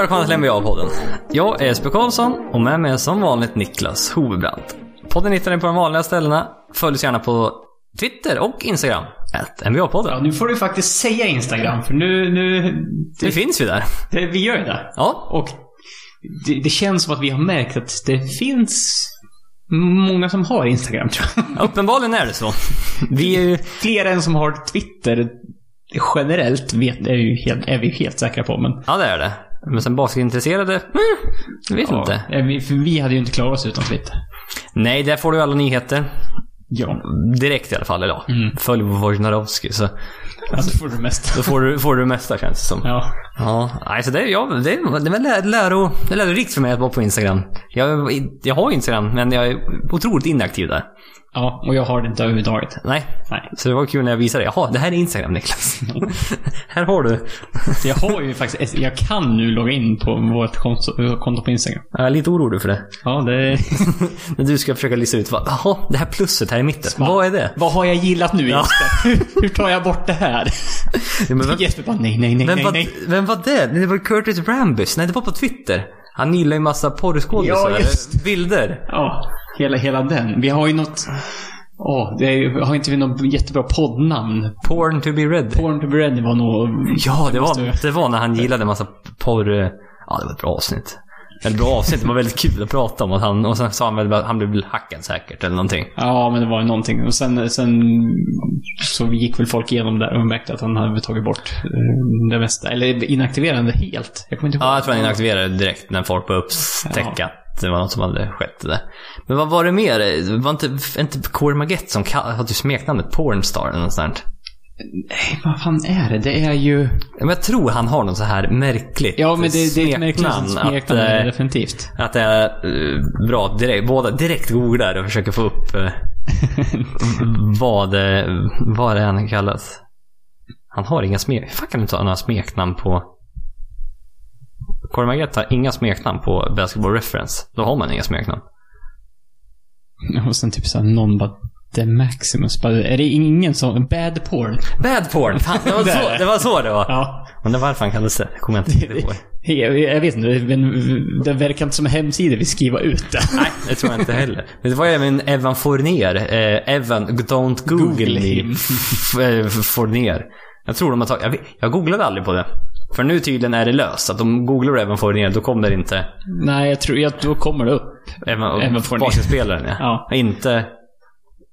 välkomna till NBA-podden. Jag är Jesper Karlsson och med mig är som vanligt Niklas Hovebrant. Podden hittar ni på de vanliga ställena. Följ oss gärna på Twitter och Instagram. Ja, NBA-podden. nu får du faktiskt säga Instagram, för nu... nu Vi det, finns ju där. det, vi gör ju det. Ja. Och det, det känns som att vi har märkt att det finns många som har Instagram, tror jag. Uppenbarligen är det så. Vi är ju... Fler än som har Twitter generellt vet, är, ju helt, är vi helt säkra på, men... Ja, det är det. Men sen basketintresserade? Mm, jag vet inte. Ja, vi, för vi hade ju inte klarat oss utan Twitter. Nej, där får du alla nyheter. Ja. Direkt i alla fall, eller ja. Följ Wojnarowski så Ja, då får du Alltså, det mesta. då får du, får du det mesta känns det som. Ja. Ja, nej, så det är, ja, det är, det är väl lä- läro, det är lärorikt för mig att vara på Instagram. Jag, jag har Instagram, men jag är otroligt inaktiv där. Ja, och jag har det inte överhuvudtaget. Nej, Nej. så det var kul när jag visade det. Jaha, det här är Instagram Niklas. här har du. Så jag har ju faktiskt... Jag kan nu logga in på vårt konto, konto på Instagram. Jag är lite orolig för det. Ja, det... När du ska försöka lista ut, vad, jaha, det här plusset här i mitten, vad är det? Vad har jag gillat nu Ja. Jesper? Hur- Hur tar jag bort det här? Ja, men vem, Jesper bara nej, nej, nej, vem, nej, var, nej. vem var det? Det var Curtis Rambus. Nej, det var på Twitter. Han gillar ju massa porrskådisar. Ja, just Bilder. Ja, hela, hela den. Vi har ju något... Åh, det är ju, har inte vi något jättebra poddnamn? Porn to be read. Porn to be ready var nog... Ja, det måste var, jag- det var när han gillade en massa porr... eh, Ja, det var ett bra avsnitt. Eller bra avsnitt, det var väldigt kul att prata om. Att han, och sen sa han väl att han blev väl hackad säkert eller någonting. Ja, men det var ju någonting. Och sen, sen så gick väl folk igenom där och märkte att han hade tagit bort eh, det mesta. Eller inaktiverande helt. Jag kommer inte ihåg. Ja, jag tror han inaktiverade det direkt när folk började upptäcka att det var något som hade skett det där. Men vad var det mer? Det var inte, inte Corey Maggette som kall- hade smeknamnet Pornstar eller något sånt? Nej, vad fan är det? Det är ju... Men jag tror han har något så här märkligt Ja, men det, det är ett märkligt att, smeknamn. eh, definitivt. Att det är eh, bra att direkt, båda direkt googlar och försöker få upp eh, vad, eh, vad det är han kallas. Han har inga smek... Fan kan du inte ha några smeknamn på... Corey Maggette har inga smeknamn på Basketball Reference. Då har man inga smeknamn. Och sen typ såhär, någon bara The Maximus. Bara, är det ingen som... Bad porn? Bad porn! Fan, det var Där är så det. det var. Så det var. Ja. Undrar varför han kallades det. Det kommer jag inte ihåg. Jag, jag vet inte, men det verkar inte som en hemsida vi skriver ut det. Nej, det tror jag inte heller. Men det var även Evan Fournier. Eh, Evan, don't google, me. Google him. F- eh, Fournier. Jag tror de har tagit... Jag, vet- jag googlade aldrig på det. För nu tydligen är det löst. Att de googlar Evan Fournier, då kommer det inte Nej, jag tror, jag, då kommer det upp. Evan, Evan Fournier. basketspelaren. Ja. Ja. Inte...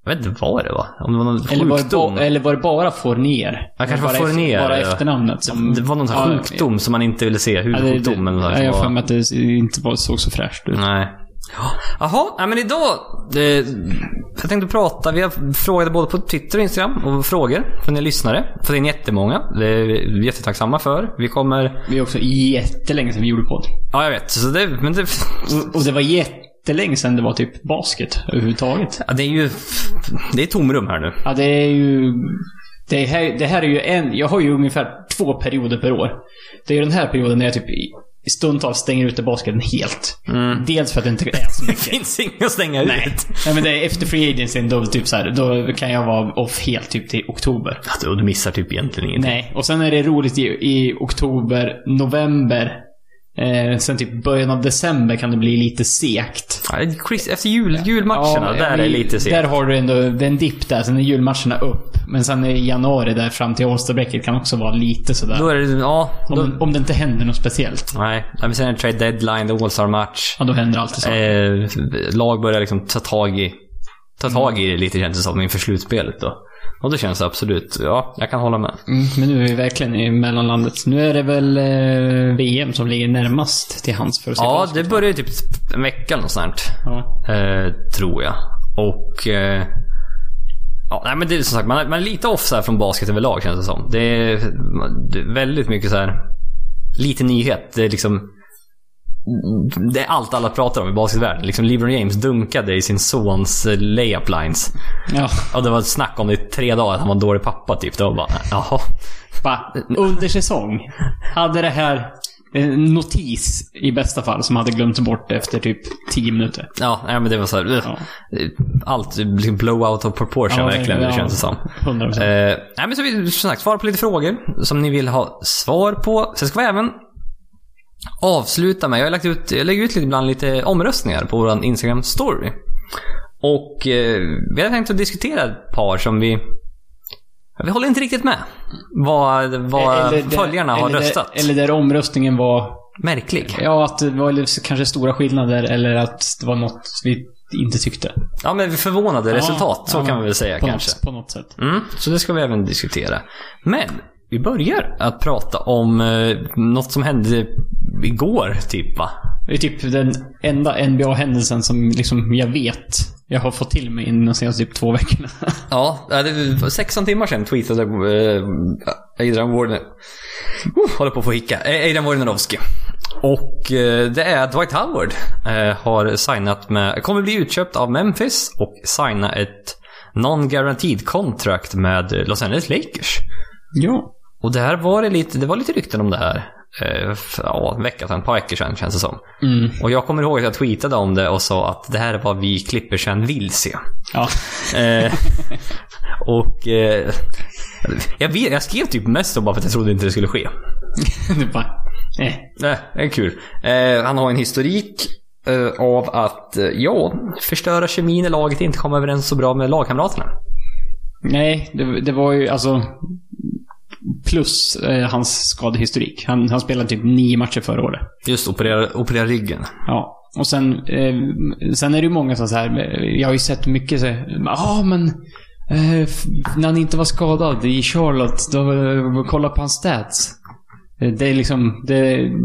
Jag vet inte vad det var. Om det var någon Eller var, det sjukdom. ba, eller var det bara Fournier? Ja, kanske var bara, eft- Fournier, Bara ja. efternamnet som... det var någon sån här Ja, sjukdom som man inte ville se. Ja, det, det, Hudsjukdom eller något sånt ja, som jag har var- för mig att det inte var, såg så fräscht ut. Nej. Typ. Jaha, ja, men idag... Eh, jag tänkte prata, vi har frågat både på Twitter och Instagram och frågor från er lyssnare. För det är jättemånga. Det är vi jättetacksamma för. Vi kommer... Det är också jättelänge sedan vi gjorde podd. Ja, jag vet. Så det, men det, Och, och det var jättelänge sedan det var typ basket överhuvudtaget. ja, det är ju... Det är tomrum här nu. Ja, det är ju... Det här, det här är ju en... Jag har ju ungefär två perioder per år. Det är ju den här perioden när jag typ i- i stundtals stänger ute basketen helt. Dels för att det inte är så Det mycket. finns inget att stänga Nej. ut. Nej, men det är efter free agency då, typ så här, då kan jag vara off helt typ till oktober. Ja, du- du missar typ egentligen ingenting. Nej, och sen är det roligt i, i oktober, november. Eh, sen typ början av december kan det bli lite segt. Ja, Chris, efter jul, julmatcherna, där är det men lite segt. Där har du ändå det är en dipp där, sen är julmatcherna upp. Men sen i januari där fram till All-Star-breaket kan också vara lite sådär. Då är det... Ja. Då, om, om det inte händer något speciellt. nej. Ja, men sen är det trade deadline, det är All-star-match. Ja, då händer alltid så. Eh, lag börjar liksom ta tag i ta tag i det lite känns det som inför slutspelet då. Och det känns absolut, ja, jag kan hålla med. Mm, men nu är vi verkligen i mellanlandet. Nu är det väl eh, VM som ligger närmast till hans för att se Ja, på. det börjar ju typ en vecka eller något sånt. ja. Eh, tror jag. Och... Eh, ja, nej men det är som sagt, man är, man är lite off så här från basket överlag känns det som. Det är, det är väldigt mycket så här lite nyhet. Det är liksom... Det är allt alla pratar om i basketvärlden. Liksom LeBron James dunkade i sin sons eh, layup lines. ja. Ja, det var ett snack om det i tre dagar att han var en dålig pappa typ. Det var bara, jaha. Va? Under säsong hade det här en notis i bästa fall som hade glömt bort efter typ 10 minuter. Ja, nej, men det var så här, ugh. Ja. Allt liksom blowout of proportion verkligen, det känns det som. 100 Eh, nej, men så vi som sagt, svara på lite frågor som ni vill ha svar på. Sen ska vi även avsluta med, jag har lagt ut, jag lägger ut lite ibland lite omröstningar på vår Instagram story. Och eh, vi hade tänkt att diskutera ett par som vi vi håller inte riktigt med vad, vad Eller där- Eh, följarna har eller där- röstat. Eller där omröstningen var... Märklig. Ja, att det var lite- kanske stora skillnader eller att det var något vi inte tyckte. Ja, men förvånade resultat. Så ja, kan vi väl säga på kanske. Något, på något sätt. Mm, så det ska vi även diskutera. Men vi börjar att prata om eh, något som hände igår, typ va? Det är typ den enda NBA-händelsen som liksom jag vet jag har fått till mig inom de senaste typ två veckorna. Ja, det är 16 timmar sedan tweetade eh, Adrian Wojnar... Oh, håller på att få hicka. Eh, Adrian Wojnarowski. Och eh, det är att Dwight Howard eh, har signat med... Kommer bli utköpt av Memphis och signa ett non-guaranteed contract med Los Angeles Lakers. ja. Och det här var det lite, det var lite rykten om det här. eh, För, ja, en vecka sedan, ett par veckor sedan känns det som. Mm. Och jag kommer ihåg att jag tweetade om det och sa att det här är vad vi klippersen vill se. Ja. Eh, och eh, jag, vet, jag skrev typ mest om bara för att jag trodde inte det skulle ske. det är bara... Eh. Nej, det är kul. Eh, han har en historik eh, av att, eh, ja, förstöra kemin i laget, inte komma överens så bra med lagkamraterna. Nej, det, det var ju alltså... Plus eh, hans skadehistorik. Han, han spelade typ nio matcher förra året. Just operera, operera ryggen. Ja. Och sen, eh, sen är det ju många som så här, eh, jag har ju sett mycket så här, ja men, eh, f- när han inte var skadad i Charlotte, då, eh, kolla på hans stats. Eh, Det är liksom, det,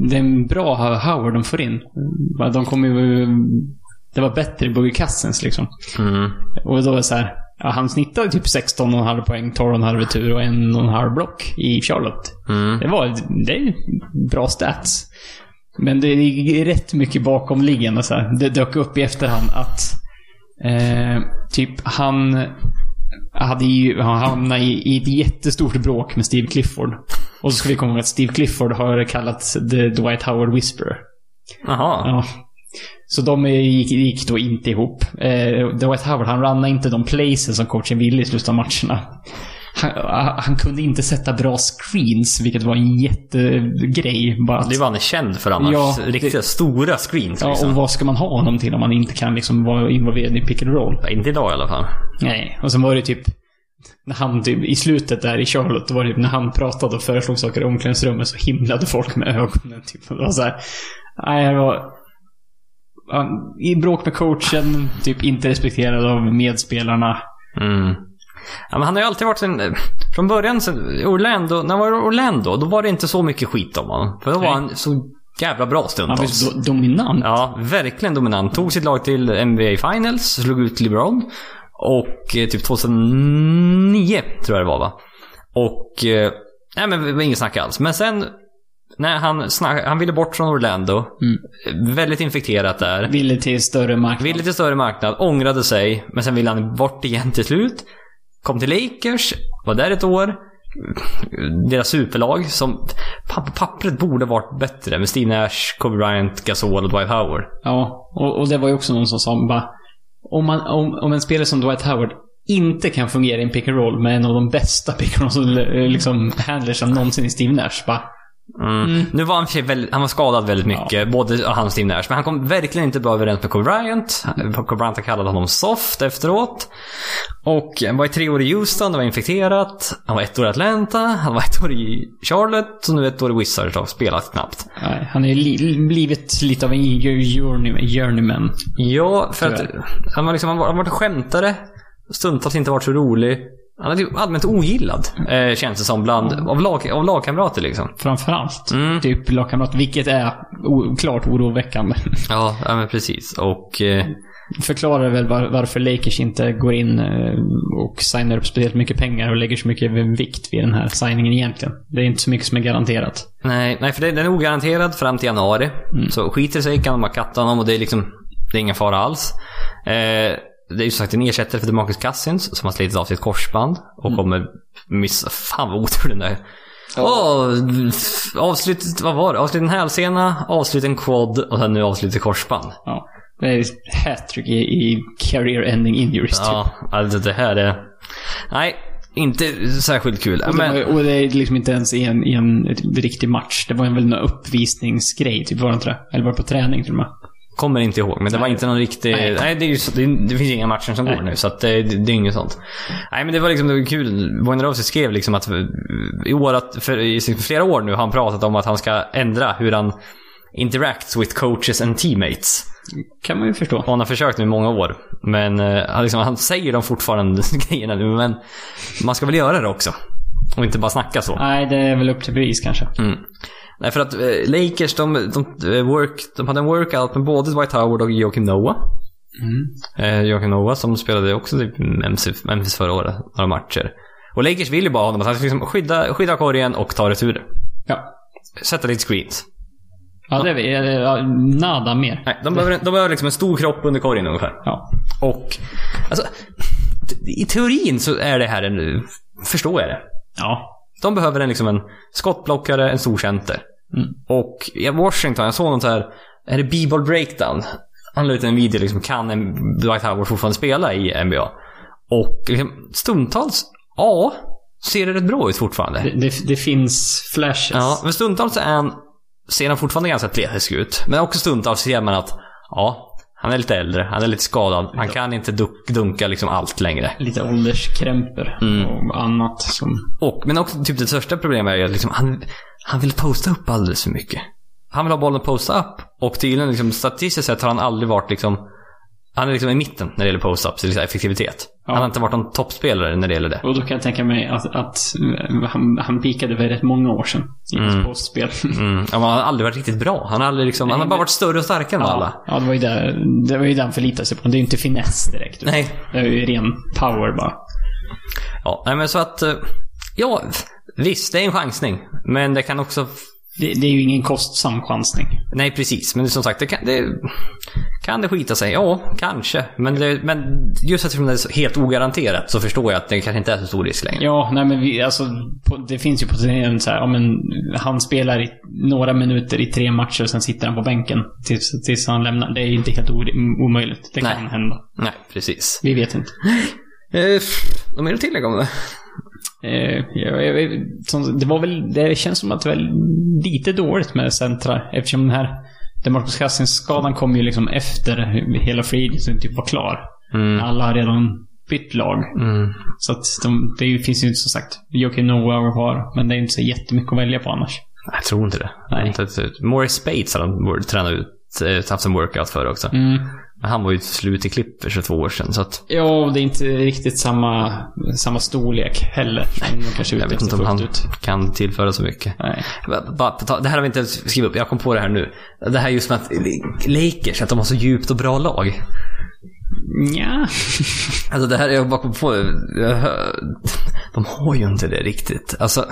det är en bra Howard de får in. Eh, De kommer ju, det var bättre i Boogie Cousins liksom. Mm. Och då var det så här, ja, han snittade typ 16,5 poäng, 12,5 retur och 1,5 block i Charlotte. Mm. Det var, det är ju bra stats. Men det är rätt mycket bakomliggande så här. Det dök upp i efterhand att eh, typ han hade ju, han hamnade i, i ett jättestort bråk med Steve Clifford. Och så ska vi komma ihåg att Steve Clifford har kallats The Dwight Howard Whisperer. Jaha. Ja. Så de eh, gick, gick då inte ihop. Eh, Dwight Howard, han rannade inte de places som coachen ville i slutet av matcherna. Han, ah, han kunde inte sätta bra screens, vilket var en jättegrej. Bara att, Det är vad han är känd för annars. Alltså. Ja, det- Riktiga stora screens ja, liksom. och vad ska man ha honom till om man inte kan liksom vara involverad i pick and roll? Ja, Inte idag i alla fall. Nej, och sen var det typ när han typ, i slutet där i Charlotte, då var det typ när han pratade och föreslog saker i omklädningsrummet så himlade folk med ögonen. Typ. Och det var så här, nej, det var han, i bråk med coachen, typ inte respekterad av medspelarna. Mm. Ja, men han har ju alltid varit en... Från början, sen Orlando, när han var i Orlando, då var det inte så mycket skit om honom. För då var Nej. han så jävla bra Han var stundtals. så do- dominant. Ja, verkligen dominant. Tog sitt lag till NBA Finals, slog ut LeBron. Och eh, typ 2009 tror jag det var va? Och... Eh, nej men det var inget snack alls. Men sen... När han, snack, han ville bort från Orlando. Mm. Eh, Väldigt infekterat där. Ville till större marknad. Ville till större marknad, ångrade sig, men sen ville han bort igen till slut. Kom till Lakers, var där ett år. Deras superlag som pa- på pappret borde varit bättre med Steve Nash, Kobe Bryant, Gasol och Dwight Howard. Ja, och, och det var ju också någon som sa bara, om, man, om, om en spelare som Dwight Howard inte kan fungera i en pick and roll med en av de bästa pick and roll som, eh, liksom, handlersen någonsin i Steve Nash. Bara, Mm. Nu var han, i och för sig väldigt, han var skadad väldigt mycket, både han och Steve Nash. Men han kom verkligen inte bra överens med Kobe Bryant. Kobe Bryant kallade honom soft efteråt. Och han var i tre år i Houston, det var infekterat. Han var ett år i Atlanta, han var ett år i Charlotte och nu ett år i Wizards och har spelat knappt. Nej, han har ju li- blivit lite av en journey- journeyman. Ja, för att Tyvärr. han var liksom, han var, han var en skämtare. Stundtals inte varit så rolig. Han är typ allmänt ogillad, eh, känns det som, bland, av, lag, av lagkamrater liksom. Framförallt. Mm. Typ lagkamrat, vilket är o- klart oroväckande. Ja, ja men precis. Och... Eh, Förklarar väl var- varför Lakers inte går in eh, och signar upp speciellt mycket pengar och lägger så mycket vikt vid den här signingen egentligen. Det är inte så mycket som är garanterat. nej, nej, för det, den är ogaranterad fram till januari. Så skiter det sig kan de bara katta honom och det är liksom... Det är ingen fara alls. Eh, det är ju som sagt en ersättare för Demarcus Cousins som har slitit av sitt korsband och kommer missa... Fan vad otur den där. Åh, f- avslutet, vad var det? Avslutet en hälsena, avslutet en quad och sen nu avslutet korsband. Ja. Det är hattrick i, i career ending injuries. Typ. Ja, alltså det här är... Nej, Inte särskilt kul. Och, det, Men, var, och det är liksom inte ens i en, i en ett- riktig match. Det var en väl någon uppvisningsgrej, typ. Var det inte det? Eller var det på träning till och med? Kommer inte ihåg, men det var inte någon riktig... Nej, Nej. det, är ju, så- det, det finns inga matcher som går nu, så att eh, det, det är inget sånt. Nej, men det var liksom det var kul. Wayne Rousey skrev liksom att eh, i år, att, för, i sin- för flera år nu har han pratat om att han ska ändra hur han interacts with coaches and teammates. Kan man ju förstå. Och han har försökt nu i många år. Men eh, han, liksom, han säger de fortfarande grejerna nu, men man ska väl göra det också. Och inte bara snacka så. Nej, det är väl upp till bevis kanske. Mm. Nej, för att eh, Lakers, de, de, eh, work, de hade en workout med både Dwight Howard och Joakim Noah. Mm. Eh, Joakim Noah som spelade också typ Memphis, Memphis förra året, några matcher. Och Lakers vill ju bara ha honom att han ska liksom skydda, skydda korgen och ta returer. Ja. Sätta lite screens. Ja, det är vi. Eller, ja, Nada mer. Nej, de, behöver, de behöver liksom en stor kropp under korgen ungefär. Ja. Och, alltså, t- i teorin så är det här en, förstår jag det. Ja. De behöver en, liksom en skottblockare, en stor center. Mm. Och i Washington, jag såg något här, är det B-ball breakdown? Han la ut en video liksom, kan en Dwight Howard fortfarande spela i NBA? Och liksom, stundtals, ja, ser det rätt bra ut Det, fortfarande. det, det finns flashes. Ja, men stundtals är han, ser han fortfarande ganska atletisk ut. Men också stundtals ser man att, ja, han är lite äldre, han är lite skadad, han kan inte dunk- dunka liksom allt längre. Lite ålderskrämpor Mm. och annat som... Och, men också typ det största problemet är ju att liksom, han, han vill posta upp alldeles för mycket. Han vill ha bollen posta upp. Och tydligen liksom, statistiskt sett har han aldrig varit liksom, han är liksom i mitten när det gäller post ups, liksom effektivitet. Ja. Han har inte varit någon toppspelare när det gäller det. Och då kan jag tänka mig att, att eh, han, han pikade för rätt många år sedan. I hans postspel. Mm. Ja, men han har aldrig varit riktigt bra. Han har, aldrig liksom, han har bara varit större och starkare än alla. Ja, ja, det var ju det, det var ju det han förlitade sig på. Det är ju inte finess direkt. Nej. Det är ju ren power bara. Ja, nej men så att, eh, ja, visst, det är en chansning. Men det kan också, Det, det är ju ingen kostsam chansning. nej precis, men som sagt, det kan det, kan det skita sig? Ja, kanske. Men, det, men just eftersom det är så helt ogaranterat så förstår jag att det kanske inte är så stor risk längre. Ja, nej men vi, alltså, på, det finns ju potentiellt så här, ja, men han spelar i några minuter i tre matcher och sen sitter han på bänken tills, tills han lämnar. Det är ju inte helt or- omöjligt. Det kan Nej. hända. Nej, precis. Vi vet inte. Eh, Vad mer att tillägga om det? Eh, jag, jag, som, det var väl, det känns som att det var lite dåligt med centra eftersom den här Demarcus Cousins-skadan kom ju liksom efter hela free typ var klar. Mm. Alla har redan bytt lag. Mm. Så att de, det är ju- finns ju inte som sagt, Joakim Noah har, men det är inte så jättemycket att välja på annars. Jag tror inte det. Nej. Inte ett- Morris Spates har de borde träna ut, eh, haft en workout för också. Mm. Men han var ju slut i klipp för 22 år sedan, så att Ja, och det är inte riktigt samma, samma storlek heller. Som de kanske är jag ute vet inte efter om han fullt ut. kan tillföra så mycket. Nej. Bara- bara på tal- Det här har vi inte ens skrivit upp. Jag kom på det här nu. Det här just med att Lakers, att de har så djupt och bra lag. Nja. Alltså det här, jag bara kom på jag hör- De har ju inte det riktigt. Alltså...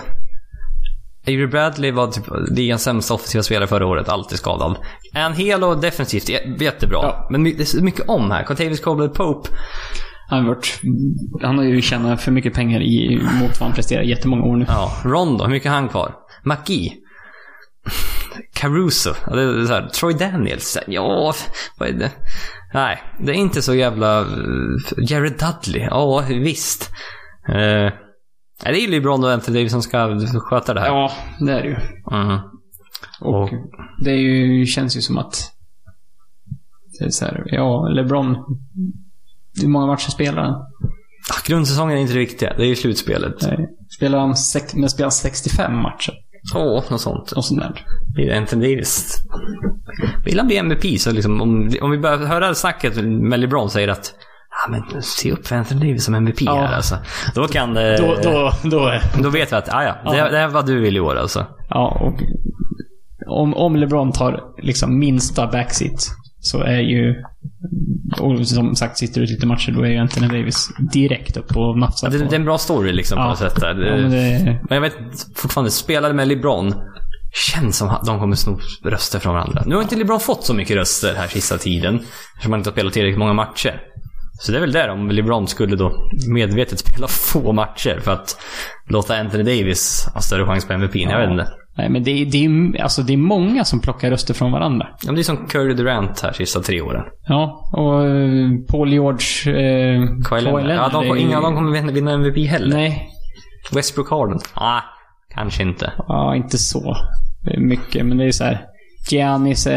Avery Bradley var typ ligans sämsta offensiva spelare förra året, alltid skadad. Är han hel och defensivt, jä- jättebra. Ja. Men my- det är så mycket om här. Contavious Cobbler Pope. Han har, varit, han har ju tjänat för mycket pengar i, mot vad han presterar i jättemånga år nu. Ja, Rondo, hur mycket har han kvar? McGee. Caruso. Ja, det är så här. Troy Daniels. Ja, vad är det? Nej, det är inte så jävla... eh, Jared Dudley. Ja, visst. Eh, nej, det är ju LeBron och Anthony Davis som ska sköta det här. Ja, det är det ju. Mm. Och Och- det är ju, känns ju som att... Det är så här, ja, LeBron. Hur många matcher spelar han? Ah, Grundsäsongen är inte det viktiga. Det är ju slutspelet. Nej. Spelar han, sex, men spelar han 65 matcher? Åh, något sånt. Och sånt där. Blir det Anthony Davis. Vill han bli MVP så liksom, om, om vi börjar höra snacket med LeBron säger att Ja men se upp för Anthony Davis som MVP Ja. här alltså. Då kan det... Då, då, då är Då vet vi att, ah, ja, det, Ja. det här var du vill i år alltså. Ja, och om, om LeBron tar liksom minsta backseat så är ju... Och som sagt, sitter ut lite matcher, då är ju Anthony Davis direkt upp och nafsar Det, det är på. en bra story liksom på Ja. något sätt där. Ja, men det, Men jag vet fortfarande, spelare med LeBron känns som att de kommer sno röster från varandra. Nu har inte LeBron fått så mycket röster här sista tiden. Eftersom han inte har spelat tillräckligt många matcher. Så det är väl där om LeBron skulle då medvetet spela få matcher för att låta Anthony Davis ha större chans på MVP. Jag vet inte. Nej, men det, är- det, är, alltså, det är många som plockar röster från varandra. Ja, men det är som Curry Durant här sista tre åren. Ja, och eh, Paul George... Eh, Kawhi Leonard. Ja, de, det får- är- inga av dem kommer vinna- vinna MVP heller. Nej, Westbrook har den. Ah, kanske inte. ja, inte så mycket. Men det är så här. Giannis är,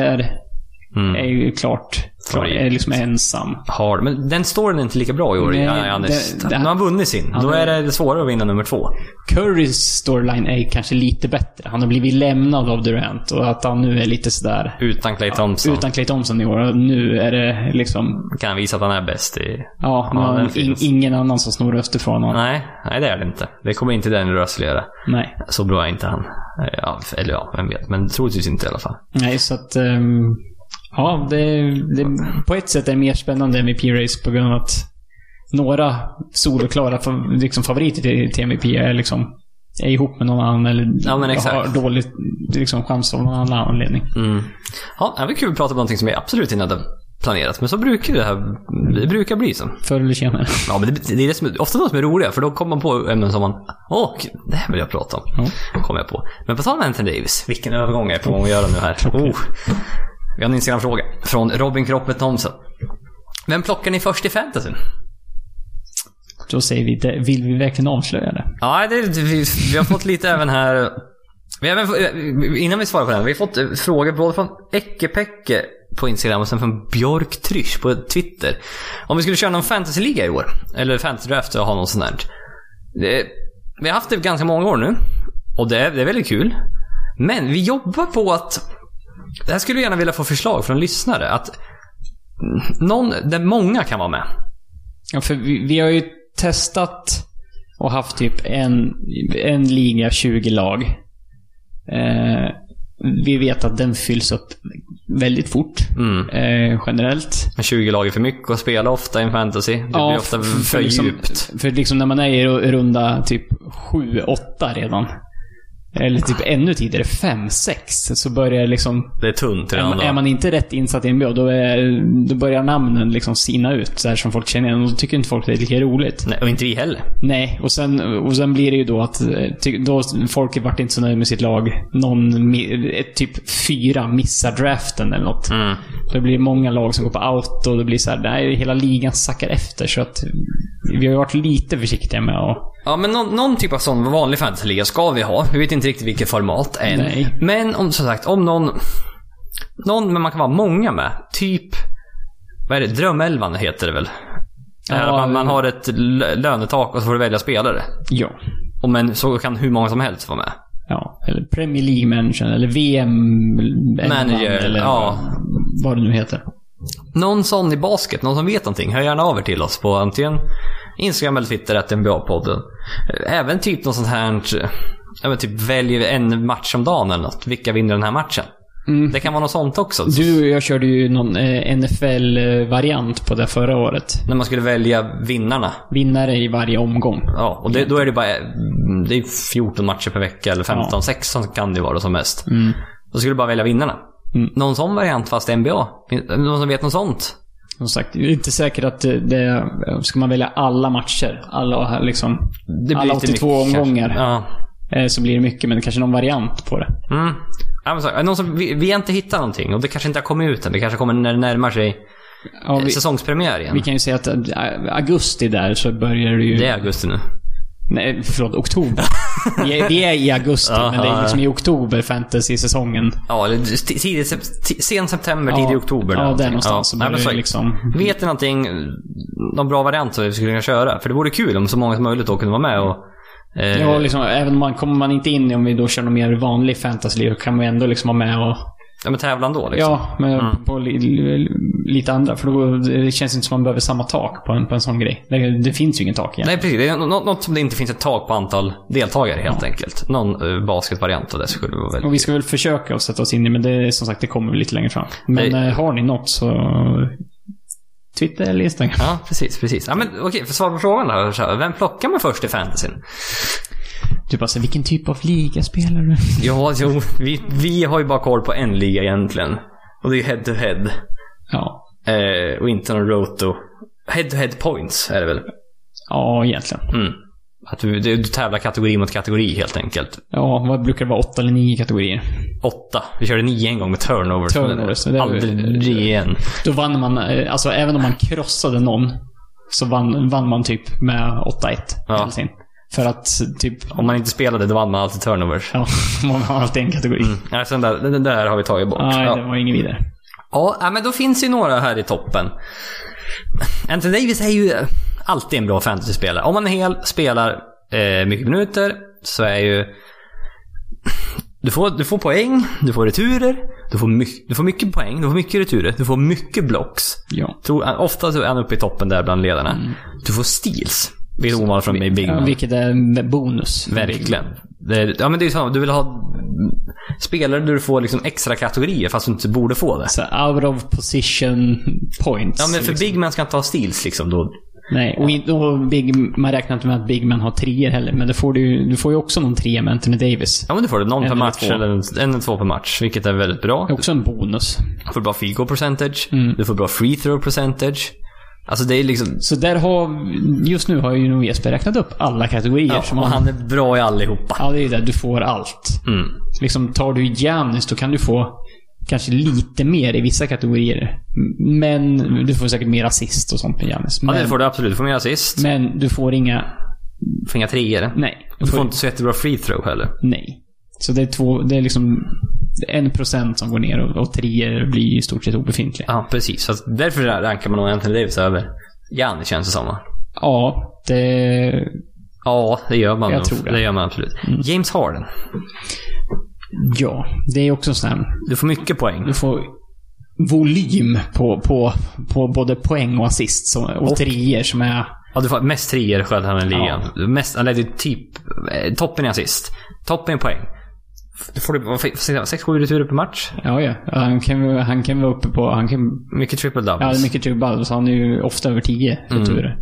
är Mm. ju klart, klart är liksom ensam. Har, men den storyn är inte lika bra i år, Nej, Janis. det- det- Nu har han vunnit sin. Ja, Då det- är det svårare att vinna nummer två. Currys storyline är kanske lite bättre. Han har blivit lämnad av Durant och att han nu är lite sådär Utan Clay Thompson utan Clay Thompson i år. Och nu är det liksom, kan han visa att han är bäst i... ja, Ja, man, den in, finns. ingen annan som snor röster från honom. Nej, nej det är det inte. Det kommer inte Daniel Russell göra. Nej. Så bra är inte han. Eh, Ja, eller ja, vem vet. Men troligtvis inte i alla fall. Nej, så att... ehm, ja, det, det, på ett sätt är det mer spännande MVP-race på grund av att några soloklara fa- liksom, favoriter till, till MVP är liksom är ihop med någon annan eller Ja, men exakt. har dålig liksom, chans av någon annan anledning. Mm. Ja, det var kul att prata om någonting som jag absolut inte hade planerat. Men så brukar ju det här... Det brukar bli så. Förr eller senare. Ja, men det, det är det som, är- ofta de som är roliga, för då kommer man på ämnen som man... Åh, det här vill jag prata om. Ja. Kommer jag på. Men på tal om Anthony Davis, vilken övergång jag är på gång att göra nu här. Oh. Vi har en Instagram-fråga från Robin Kroppet Thomsen. Vem plockar ni först i fantasyn? Då säger vi det. Vill vi verkligen avslöja det? Ja, det, vi, vi har fått lite även här... Vi har även, få- innan vi svarar på den, vi har fått eh, frågor både från Eckepäcke på Instagram och sen från Björk Trysch på Twitter. Om vi skulle köra någon fantasyliga i år, eller fantasydraft och ha något sånt där. Det, vi har haft det ganska många år nu och det är, det är väldigt kul. Men vi jobbar på att... Det här skulle vi gärna vilja få förslag från lyssnare. Att någon där många kan vara med. Ja, för vi, vi har ju testat och haft typ en, en liga, 20 lag. Eh, vi vet att den fylls upp väldigt fort. Mm. Eh, generellt. Men 20 lag är för mycket att spela ofta i en fantasy. Det blir ofta för, liksom, djupt. För liksom när man är i ru- runda typ 7-8 redan. Eller typ ännu tidigare, 5-6. Så börjar liksom... Det är tunt Är redan man, då. är man inte rätt insatt i NBA, då, är, då börjar namnen liksom sina ut. Så här som folk känner igen. Och då tycker inte folk det är lika roligt. Nej, och inte vi heller. Nej, och sen, och sen blir det ju då att eh, ty, då folk vart inte så nöjda med sitt lag. Någon, mi- eh, typ fyra missar draften eller något. Mm. Det blir många lag som går på out och det blir så här, nej, hela ligan sackar efter. Så att vi har ju varit lite försiktiga med att... Ja, men någon, någon typ av sån vanlig fantasyliga ska vi ha. Vi vet inte riktigt vilket format än. Nej. Men om, som sagt, om någon... Någon, men man kan vara många med. Typ... Vad är det? Drömelvan heter det väl? Det här Ja, att man, man det- har ett lö- lönetak och så får du välja spelare. Ja. Och men så kan hur många som helst vara med. Ja, eller Premier League-manager, eller VM... Manager, eller ja. vad det nu heter. Någon sån i basket, någon som vet någonting, hör gärna av er till oss på antingen Instagram eller Twitter, att NBA-podden. Även typ något sånt här, ja men typ välj en match om dagen eller något. Vilka vinner den här matchen? Mm. Det kan vara något sånt också. Du och jag körde ju någon eh, NFL-variant på det förra året. När man skulle välja vinnarna. Vinnare i varje omgång. Ja, och det, då är det bara mm, det är 14 matcher per vecka eller 15, 16 kan det ju vara som mest. Mm. Då skulle du bara välja vinnarna. Mm. Någon sån variant fast NBA? Fin- Någon som vet något sånt? Som sagt, det är inte säkert att det- det... Ska man välja alla matcher? Alla liksom... Det Alla lite 82 kanske. omgångar. Ja. Eh, så blir det mycket, men kanske någon variant på det. Mm. Ja, men så, någon som, vi, vi har inte hittat någonting och det kanske inte har kommit ut än. Det kanske kommer när det närmar sig Ja, vi, säsongspremiär igen. vi kan ju säga att eh, augusti där så börjar det ju... Det är augusti nu. Nej, förlåt. Oktober. vi, är, vi är i augusti, men det är liksom i oktober fantasy-säsongen. Ja, eller t- tidigt, sep- t- sen september, tidig oktober. Ja, där någonting. någonstans. Ja. Så Nej, men börjar så, det liksom... Vet ni någonting, någon bra variant som vi skulle kunna köra? För det vore kul om så många som möjligt då kunde vara med och... Eh, Ja, liksom, även om man kommer man inte in om vi då kör någon mer vanlig fantasy kan man ju ändå liksom vara med och... ja, men tävla ändå liksom. Ja, men på li, li, lite andra. För då det känns inte som man behöver samma tak på en, på en sån grej. Det, det finns ju ingen tak igen. Nej, precis. Det är nå- nå- något som det inte finns ett tak på antal deltagare helt enkelt. Någon eh, basketvariant av det skulle vara väldigt Och vi ska väl försöka att sätta oss in i, men det är som sagt, det kommer väl lite längre fram. Men Nej. eh, har ni något så... Twitter eller Instagram. Ja, precis, precis. Ja, men okej, för svar på frågan då. så här, Vem plockar man först i fantasyn? Typ alltså, vilken typ av liga spelar du? Ja, jo, vi, vi har ju bara koll på en liga egentligen. Och det är head to head. Ja. Eh, och inte någon roto. Head-to-head points är det väl? Ja, egentligen. Mm. Att du, du tävlar kategori mot kategori helt enkelt. Ja, vad brukar det vara? Åtta eller nio kategorier. Åtta. Vi körde nio en gång med turnovers. Turnovers, det är- Aldrig igen. Då vann man, eh, alltså även om man krossade någon, så vann, vann man typ med 8-1. Ja. eller någonting. För att typ, Om man inte spelade, då vann man alltid turnovers. ja, man har alltid en kategori. Nej, så den, där, den där har vi tagit bort. Nej, ja. det var ingen vidare. Ja, ja, men då finns ju några här i toppen. Anthony Davis är ju alltid en bra fantasyspelare. Om man är hel, spelar eh, mycket minuter, så är ju... Du får, du får poäng, du får returer, du får, my, du får mycket poäng, du får mycket returer, du får mycket blocks. Ja. Tror, han- ofta så är han uppe i toppen där bland ledarna. Du får steals. Vilket är ovanligt från mig, Big Ja, Man. vilket är en bonus. Verkligen. Det är, ja, men det är ju så. Du vill ha spelare där du får liksom extra kategorier fast du inte borde få det. Så out of position points. Ja, men för liksom. Big Man ska inte ha steals liksom då. Nej, och, in, och big, man räknar inte med att Big Man har treor heller, men det får du, ju- du får ju också någon trea med Anthony Davis. Ja, men du får det. Någon En per eller match två. eller en, en eller två per match, vilket är väldigt bra. Det är också en bonus. Du får bra field goal percentage. Mm. Du får bra free throw percentage. Alltså det är liksom... Så där har, just nu har ju nog Jesper räknat upp alla kategorier. Ja, som och han, han är bra i allihopa. ja, det är ju det. Du får allt. Mm. Liksom, tar du Giannis, då kan du få kanske lite mer i vissa kategorier. Men du får säkert mer assist och sånt med Giannis. Ja, Men, det får du absolut. Du får mer assist. men du får inga... Du får inga treor. Nej. Du får inte så jättebra free throw heller. Nej. Så det är två, det är liksom en procent som går ner och, och treor blir i stort sett obefintliga. Ja, precis. Så att därför rankar man nog Anthony Davis över Gianni känns det som. va? Ja, det... Ja, det gör man Jag nog. tror det. Mm. det gör man absolut. James Harden. Ja, det är också en sån här... Du får mycket poäng. Du får volym på, på, på både poäng och assist som, och, treor som är... Ja, du får mest treor sköt han i ligan. Mest, eller det är typ eh, toppen i assist. Toppen i poäng. Då får du 6-7 returer per match. Ja, ja. Han kan, ju- han kan vara uppe på... Han kan, Mycket triple ja, det doubles. är mycket tubbad, så han är ju ofta över 10 Mm. returer.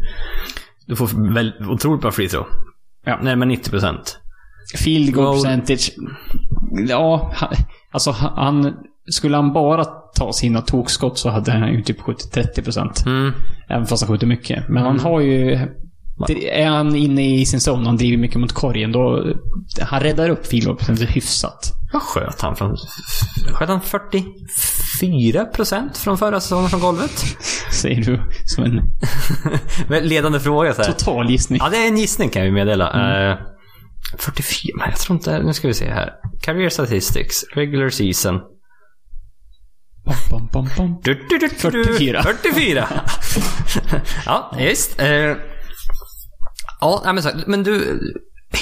Du får väl, otroligt bra free throw. Ja. Närmare 90 procent. Field goal Goal. percentage. Ja, han, alltså han... Skulle han bara ta sina tokskott så hade han ju typ skjutit 30 procent. Mm. Även fast han skjuter mycket. Men han har ju... det- Är han inne i sin zon och han driver mycket mot korgen, då... Han räddar upp field goal percentage hyfsat. Vad sköt han från... Sköt han 44 procent från förra säsongen från golvet? Säger du som en Men Ledande fråga så här. total gissning. Ja, det är en gissning kan vi meddela. Mm. Eh, 44, men jag tror inte... Nu ska vi se här. Career statistics, regular season. Pom, pom, pom, pom. Du, du, du, du, 44. 44! ja, just. Eh, ja, nej, men, så, men du...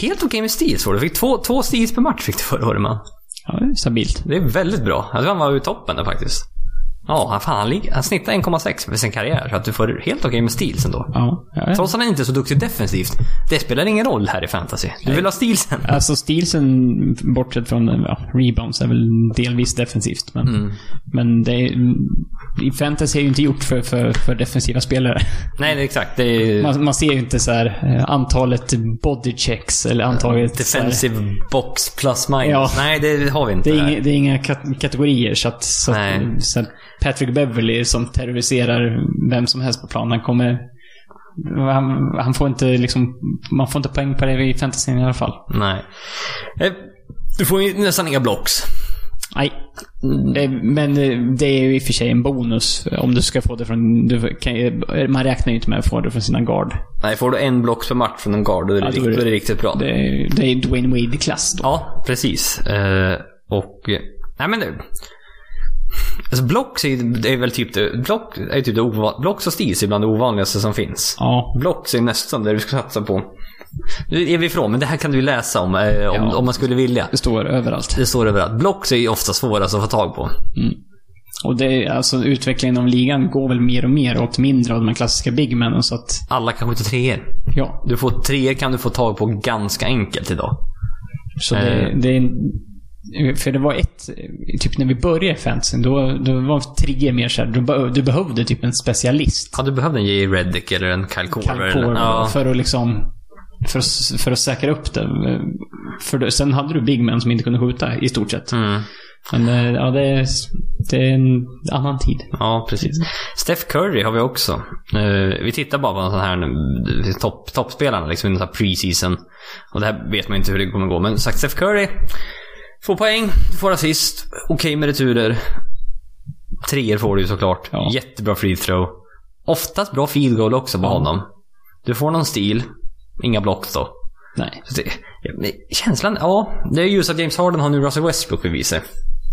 Helt okej med steals får du. Du Fick två, två steals per match fick du förra året man. Ja, det är stabilt. Det är väldigt bra. Jag tror han var i toppen där faktiskt. Ja, han, fan, han, ligger- han snittar 1,6 för sin karriär. Så att du får helt okej med steals ändå. Ja, ja. ja. Trots att han inte är så duktig defensivt. Det spelar ingen roll här i fantasy. Du vill ha stealsen. Alltså stealsen, bortsett från ja, rebounds, är väl delvis defensivt. Men, men det är, i fantasy är ju inte gjort för, för, för defensiva spelare. Nej, det är exakt. Det är Man, man ser ju inte så här, eh, antalet bodychecks eller antalet... så här- defensive box plus minus. Ja. Nej, det har vi inte. Det är, här. inga, det är inga kat- kategorier, så att, så Nej. att så att Patrick Beverly som terroriserar vem som helst på planen kommer... Han, han får inte liksom... Man får inte poäng på det i fantasyn i alla fall. Nej. Eh, Du får ju nästan inga blocks. Nej. Eh, Men eh, det är ju i och för sig en bonus eh, om du ska få det från... Du kan, ju- eh, man räknar ju inte med att få det från sina guard. Nej, får du en block per match från en guard, då är det, Ja, då är rikt, det- då är det riktigt bra. Det är, det är Dwayne Wade-klass då. Ja, precis. Eh, och... eh, Nej, men det... Alltså blocks är, ju- det är väl typ det, block är ju typ det ova, blocks och steals är bland det ovanligaste som finns. Ja. Blocks är nästan det du ska satsa på. Nu är vi ifrån, men det här kan du ju läsa om, eh, om, Ja. om man skulle vilja. Det står överallt. Det står överallt. Blocks är ju ofta svårast att få tag på. Och det är, alltså, utvecklingen av ligan går väl mer och mer åt mindre av de här klassiska big männen, så att... Alla kan skjuta treor. Ja. Du får treor kan du få tag på ganska enkelt idag. Så det, Eh. det är för det var ett, typ när vi började i fantasyn, då, då var trigger mer såhär, du, be- du behövde typ en specialist. Ja, du behövde en J.J. Redick eller en Kyle Korver. Kyle eller- Korver, ja. För att liksom, för att, s- för att säkra upp det. För då, sen hade du Big Man som inte kunde skjuta i stort sett. Mm. Men eh, ja, det är, det är en annan tid. Ja, precis. Mm. Steph Curry har vi också. Eh, vi tittar bara på en sån här eh, topp, toppspelarna liksom under pre-season. Och det här vet man ju inte hur det kommer gå. Men sagt, Steph Curry får poäng, får assist, okej med returer. Treor får du ju såklart. Ja. Jättebra free throw. Oftast bra field goal också på honom. Du får någon stil, inga block då. Nej. Så det, känslan, ja. Det är ju så att James Harden har nu Russell Westbrook vid sig.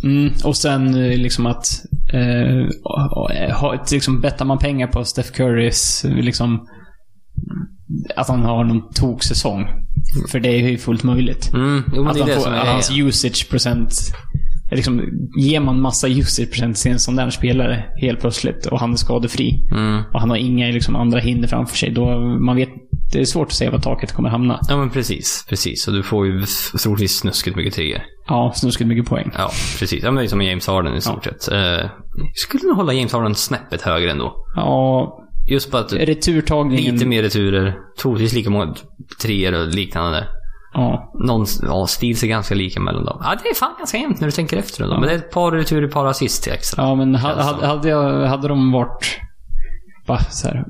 Mm, och sen eh, liksom att... Eh, ha, ett- liksom, bettar man pengar på Steph Currys... eh, Liksom, att han har någon toksäsong. För det är ju fullt möjligt. Mm, jo, men Att, det är han det får, som att är... hans usage procent... Liksom, ger man massa usage procent till en sån där spelare helt plötsligt och han är skadefri. Mm. Och han har inga liksom, andra hinder framför sig. Då, man vet, det är svårt att säga var taket kommer hamna. Ja men precis, precis. Och du får ju f- troligtvis snuskigt mycket treor. Ja, snusket mycket poäng. Ja, precis. Ja men det är som med James Harden i stort sett. Eh, skulle nog hålla James Harden snäppet högre ändå. Ja, Just på att returtagningen... lite mer returer, troligtvis lika många treor och liknande där. Ja, Någon ja, stil ser ganska lika mellan dem. Ja, det är fan ganska jämnt när du tänker efter ändå. Men det är ett par returer, ett par assist till extra. ja men ha- ha- hade, jag, hade de varit... Bara så här,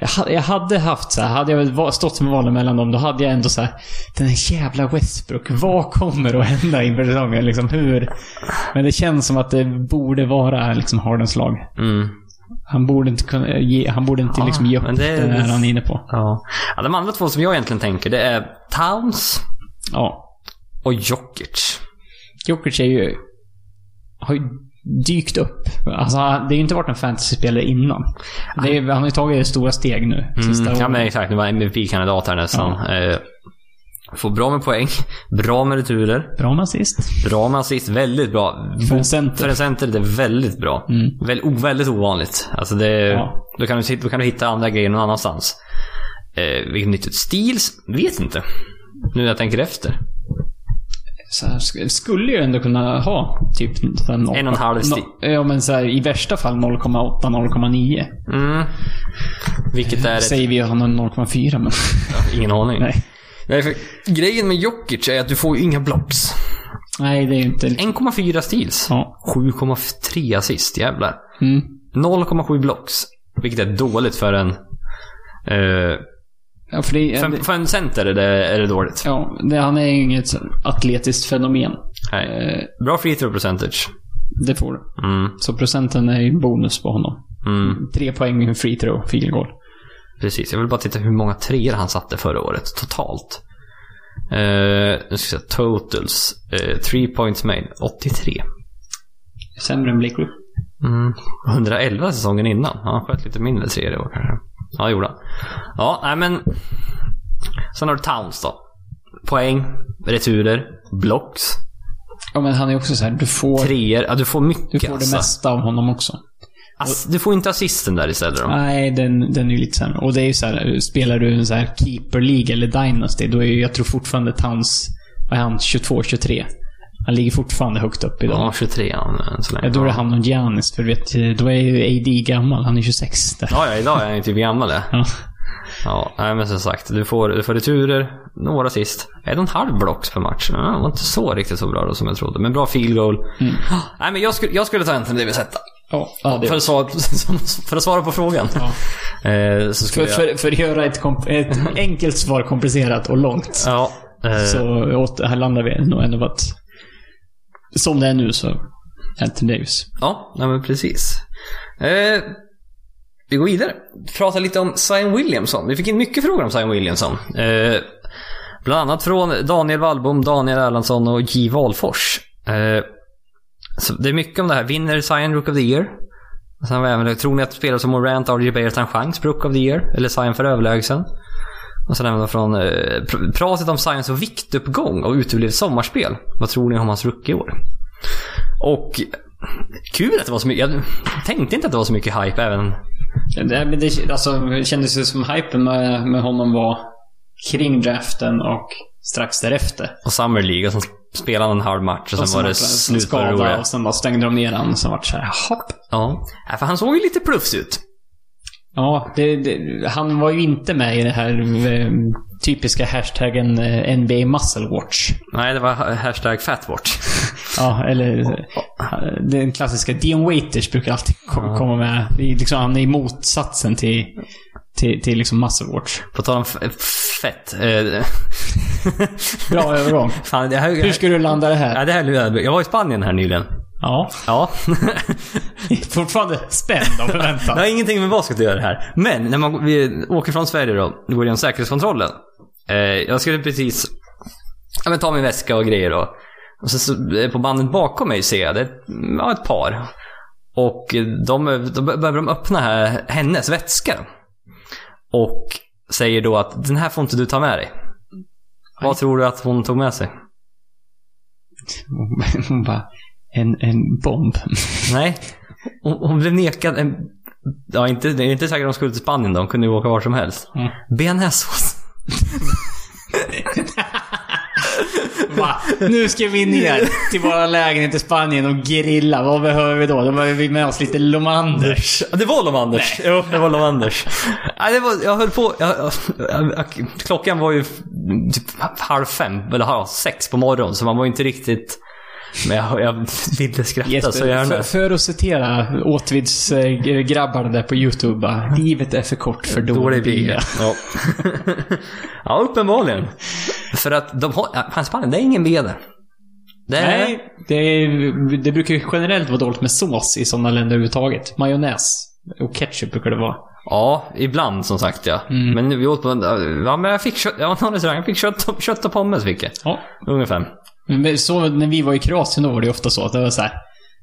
jag, ha- jag hade haft så här, hade jag va- stått med valen mellan dem, då hade jag ändå så här, Den här jävla Westbrook, vad kommer att hända inför säsongen? Liksom, hur? Men det känns som att det borde vara liksom Hardens lag. Mm. Han borde inte, kunna, ge, han borde inte Ja, liksom ge upp men det- det här han är inne på. Ja. ja. De andra två som jag egentligen tänker, det är Towns Ja. och Jokic. Jokic är ju... Har ju dykt upp. Alltså, han- det har ju inte varit en fantasyspelare innan. Det är, han har ju tagit stora steg nu. Sista Mm, ja åren. men exakt, nu var MVP-kandidat här nästan. Eh, får bra med poäng, bra med returer, Bra med assist. bra med assist, väldigt bra. För en center. För en center är det väldigt bra. Mm. Väl, o, väldigt ovanligt. Alltså det, Ja. då, kan du, sit- då kan du hitta andra grejer någon annanstans. Eh, vilket nytt Steels? Vet inte. Nu när jag tänker efter. Så här, sk- skulle ju ändå kunna ha typ... så här noll- En och en halv stil. no- Ja, men så här, i värsta fall 0,8-0,9. Mm. Vilket är ett, Säger vi att han har 0,4, men... Ingen aning. Nej. Nej, för grejen med Jokic är att du får ju inga blocks. Nej, det är ju inte... 1,4 Steels. Ja. 7,3 assist, jävlar. Mm. 0,7 blocks. Vilket är dåligt för en... eh, ja för det, för, en för en center är det, är det dåligt. ja, det, han är ju inget så här atletiskt fenomen. Nej. Eh, Bra free throw percentage. det får du. Mm, Så procenten är ju bonus på honom. mm, Tre poäng med free throw, field goal. precis. Jag vill bara titta hur många treor han satte förra året totalt. Eh, nu ska jag säga totals. Eh, three points made. 83. Sämre än Blake Rupp. Mm. 111 säsongen innan. Ja, han sköt lite mindre treor i år kanske. Ja, det gjorde han. Ja, nej men. Sen har du Towns då. Poäng, returer, blocks, Ja, men han är också så här, du får, treor. Ja, du får mycket du får det alltså. mesta av honom också. Ass, du får inte assisten där istället då. Nej, den, den är ju lite sämre. Och det är ju så här, spelar du en så här keeper League eller Dynasty, då är ju, jag tror fortfarande Towns, vad är han, 22, 23? Han ligger fortfarande högt upp i dem. Ja, 23 än så Ja, länge. Då är det han och Giannis, för du vet, då är ju AD gammal. Han är 26 där. Ja, ja, idag är han ju typ gammal det. Ja. Ja, nej men som sagt. Du får, du får returer, några assist. Är det en halv blocks per match? Ja, det var inte så riktigt så bra då som jag trodde. Men bra field goal. Ah, Nej men jag skulle, jag skulle ta Anthony Davis etta. Ja, Mm. ja, det För att svara, för att svara på frågan. Ja. Eh, så skulle för, för, för att göra ett, komp- ett enkelt svar komplicerat och långt. jag... Ja. Eh, Så åter, här landar vi nog ändå på att som det är nu så Anthony Davis. Ja, nej men precis. Eh, vi går vidare. Prata lite om Zion Williamson. Vi fick in mycket frågor om Zion Williamson. Eh, bland annat från Daniel Wallbom, Daniel Erlandsson och J. Wahlfors. Eh, så det är mycket om det här. Vinner Zion Rook of the Year? Och Sen var även, tror ni att spelare som Morant, RJ Barrett har en chans på Rook of the Year? Eller Zion för överlägsen? Och sen även från eh, pr- pratet om Zions viktuppgång och uteblivet sommarspel. Vad tror ni om hans rookie-år? Och kul att det var så mycket. Jag tänkte inte att det var så mycket hype även. Det, men det, alltså, det kändes ju som hypen med, med honom var kring draften och strax därefter. Alltså, Och Summer League och sen spelade han en halv match och sen var det slut på det skada roliga. och sen bara stängde de ner honom. Sen vart det så här, hopp. Ja. ja, för han såg ju lite proffs ut. Ja, det, det, han var ju inte med i det här eh, typiska hashtaggen eh, NBA Muscle Watch. Nej, det var ha- hashtag fatwatch. Ja, eller eh, den klassiska Dion Waiters brukar alltid ko- komma med. Det är liksom, han är motsatsen till, till, till liksom massivårds. På tal om f- fett. eh, Bra övergång. Fan, det här, Hur ska du landa det här? ja, det här lurar- Jag var i Spanien här nyligen. Ja, Ja. fortfarande spänd av Det förväntan. har ingenting med basket att göra det här. Men när man går- vi åker från Sverige då, går igenom säkerhetskontrollen. Eh, jag skulle precis ja, men ta min väska och grejer då. Och sen så, eh, på bandet bakom mig ser jag det, ja, ett par. Och eh, de, då börjar de öppna här, hennes väska. Och säger då att den här får inte du ta med dig. Vad tror du att hon tog med sig? Hon bara, en, en bomb. Nej. Hon, hon blev nekad en... Ja, inte, det är inte säkert de skulle till Spanien då. De kunde ju åka var som helst. Mm. Bearnaisesås. Va? Nu ska vi ner till våra lägenhet i Spanien och grilla. Vad behöver vi då? Då behöver vi med oss lite Lomander. Ja, Det var Lom-Anders. Jo, det var Lom-Anders. Ja, det var, jag höll på... Jag, jag, jag, klockan var ju typ halv fem, eller halv sex på morgonen. Så man var ju inte riktigt... Men jag, jag ville skratta så Jesper, gärna. för, för att citera Åtvids eh, grabbarna där på YouTube bara, Livet är för kort för dålig Dålig bil. bil. Ja. ja, uppenbarligen. För att de har... ja, Fan, Spanien, det är ingen bil där. Det är, Nej, det, är- det brukar ju generellt vara dåligt med sås i sådana länder överhuvudtaget. Majonnäs och ketchup brukar det vara. Ja, ibland som sagt ja. Mm. Men nu, vi åt på en, ja, men jag fick kött, ja, någon restaurang, jag fick kött, och- kött och pommes fick jag. Ja. Ungefär. Men så, när vi var i Kroatien då var det ofta så att det var så här,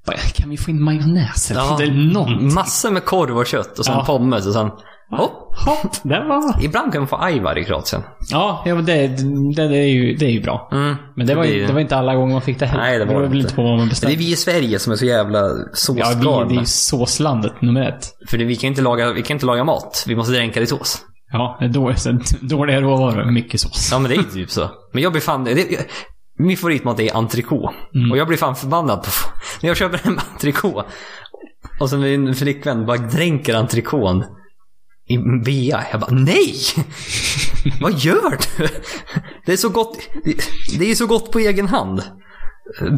bara, kan vi få in majonnäs? Ja. Eller Alltså, någonting. Massor med korv och kött och sen Ja. pommes och sen... Oh, Hopp, det var... ibland kan man få ajvar i Kroatien. Ja, ja men det, det, det, är ju, det är ju bra. Mm. Men det var, blir- ju, det var inte alla gånger man fick det heller. Nej, det var beror väl inte. inte på vad man Men det är beställde. vi i Sverige som är så jävla Ja, såsgalna. vi, det är ju såslandet nummer ett. För det, vi, kan inte laga, vi kan inte laga mat. Vi måste dränka det i sås. Ja, det är dåliga, dåliga råvaror. Mycket sås. Ja, men det är ju typ så. Men jag blir fan... Det, jag, min favoritmat är entrecote. Mm. Och jag blir fan förbannad på... När jag köper hem entrecote och sen min flickvän bara dränker entrecoten i bea. Jag bara nej! Vad gör du? Det är så gott. Det är så gott på egen hand.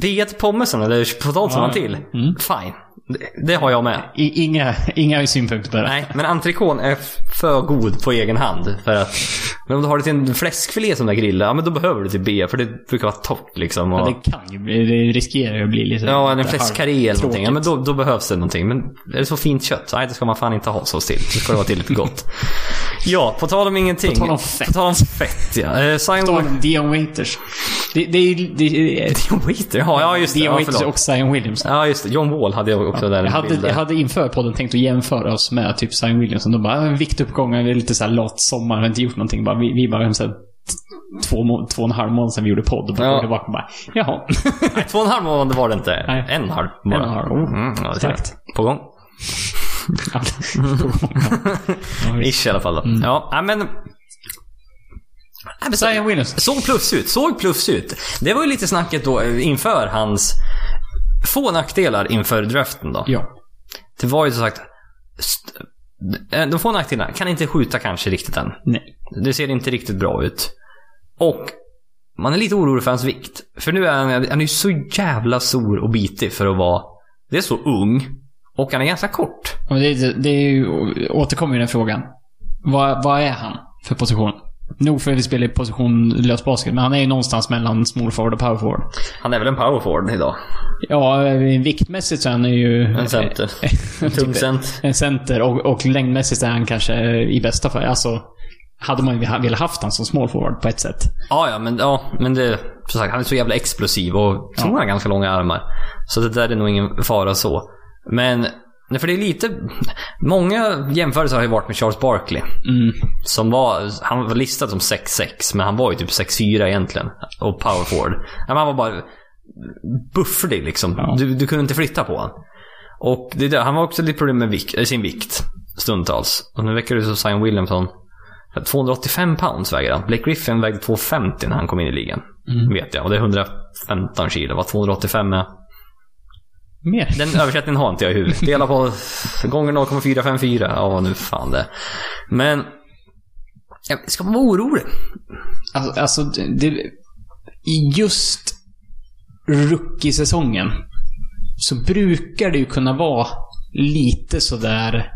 Bea till pommesen eller potatisarna Ja, ja. till. Mm. Fine. Det, det har jag med. I, inga, inga synpunkter på det. Nej, men entrecôten är f- för god på egen hand. För att, men om du har det till en fläskfilé som där grillar, ja men då behöver du till B för det brukar vara torrt liksom. Ja, Och, det kan ju bli, det riskerar ju att bli lite... ja, eller en lite fläskkarré eller någonting. Ja, men halvtråkigt. då, då behövs det någonting. Men är det så fint kött, nej det ska man fan inte ha sås till. Det ska det vara tillräckligt gott. Ja, på tal om ingenting. På tal om fett. På tal om fett ja. Eh, Simon... På tal om Dion Waiters. Det, det är ju... Det, det, John Waiter, ja, ja just det. Dion Ja, Waiters förlåt. och Zion Williamson. Ja, just det. John Wall hade jag också där. Jag en hade, bild där. jag hade inför podden tänkt att jämföra oss med typ Zion Williamson. De bara, "Ah, viktuppgångar, det är lite så här lat sommar, har inte gjort någonting. Bara, vi, vi bara, så här, t- två, må- två och en halv månad sedan vi gjorde podd. Och bara, Ja. går tillbaka och bara, jaha. Nej, två och en halv månad var det inte. Nej. En halv bara. En och en halv. Mm, ja, Starkt. På gång. Ja, visst. Ish i alla fall. då. Mm. Ja, nej, men... Nej, men så, Zion Williamson. såg pluffs ut. Såg pluffs ut. Det var ju lite snacket då eh, inför hans få nackdelar inför draften då. Ja. Det var ju som sagt... st- eh, De få nackdelarna. Kan inte skjuta kanske riktigt än. Nej. Det ser inte riktigt bra ut. Och man är lite orolig för hans vikt. För nu är han, han är ju så jävla stor och bitig för att vara... Det är så ung. Och han är ganska kort. Ja, men Det, det är ju, återkommer ju den frågan. Vad, vad är han för position? Nog för att vi spelar i position lös basket, men han är ju någonstans mellan small forward och power forward. Han är väl en power forward idag. Ja, eh, viktmässigt så är han ju... En center. En tung cent. En center och, och längdmässigt är han kanske eh, i bästa fall, alltså... Hade man ju velat haft han som small forward på ett sätt. Ja, ja, men, ja, men det, som sagt, han är så jävla explosiv och tror han har ganska långa armar. Så det där är nog ingen fara så. Men, nej, för det är lite... Många jämförelser har ju varit med Charles Barkley. Mm. Som var, han var listad som 6-6, men han var ju typ 6-4 egentligen. Och power forward. Ja, men Han var bara bufflig liksom. Ja. Du, du kunde inte flytta på honom. Och det är där, han var också lite problem med vik- eh, sin vikt. Stundtals. Och nu verkar det som Zion Williamson. 285 pounds väger han. Blake Griffin vägde 250 när han kom in i ligan. Vet jag. Och det är 115 kilo. Vad 285 är. Mer. Den översättningen har inte jag i huvudet. Dela på gånger 0,454. Ja, vad nu fan det är. Men... ja, Ska man vara orolig? Alltså, alltså det, just rookie-säsongen så brukar det ju kunna vara lite sådär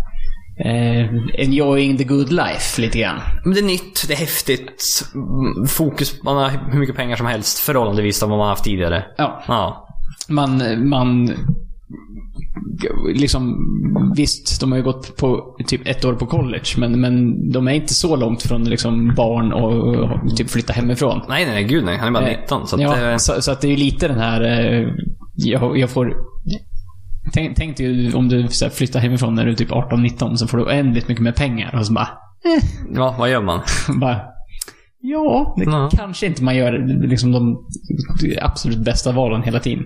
eh, enjoying the good life lite grann. Men det är nytt, det är häftigt. Mm, Fokus, man har hur mycket pengar som helst förhållandevis av vad man har haft tidigare. Ja, Ja. man, man liksom, visst, de har ju gått på typ ett år på college, men, men de är inte så långt från liksom barn och, och typ flytta hemifrån. Nej, nej, nej, gud nej. Han är bara Eh, 19. Så att, ja, eh, så, så att det är ju lite den här... eh, Jag, jag får... Tänk, tänk dig om du så här, flyttar hemifrån när du är typ 18-19 så får du oändligt mycket mer pengar. Och så bara... ja, vad gör man? bara ja, det Ja. kanske inte man gör liksom, de absolut bästa valen hela tiden.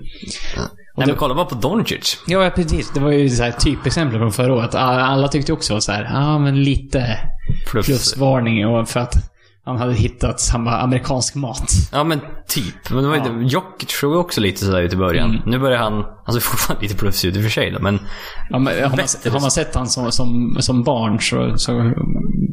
Nej, det- men kolla bara på Doncic. Ja, ja, precis. Det var ju så här typexempel från förra året. Ah, Alla tyckte också var så här, ja ah, men lite Plus. plusvarning och för att han hade hittat, han bara, amerikansk mat. Ja, men typ. Men det var ju, Ja. Jokic såg ju också lite sådär ut i början. Mm. Nu börjar han... Han ser fortfarande lite pluffsig ut i och för sig då, men... Ja, men, har, Bättre. man, har man sett han som, som, som barn så, så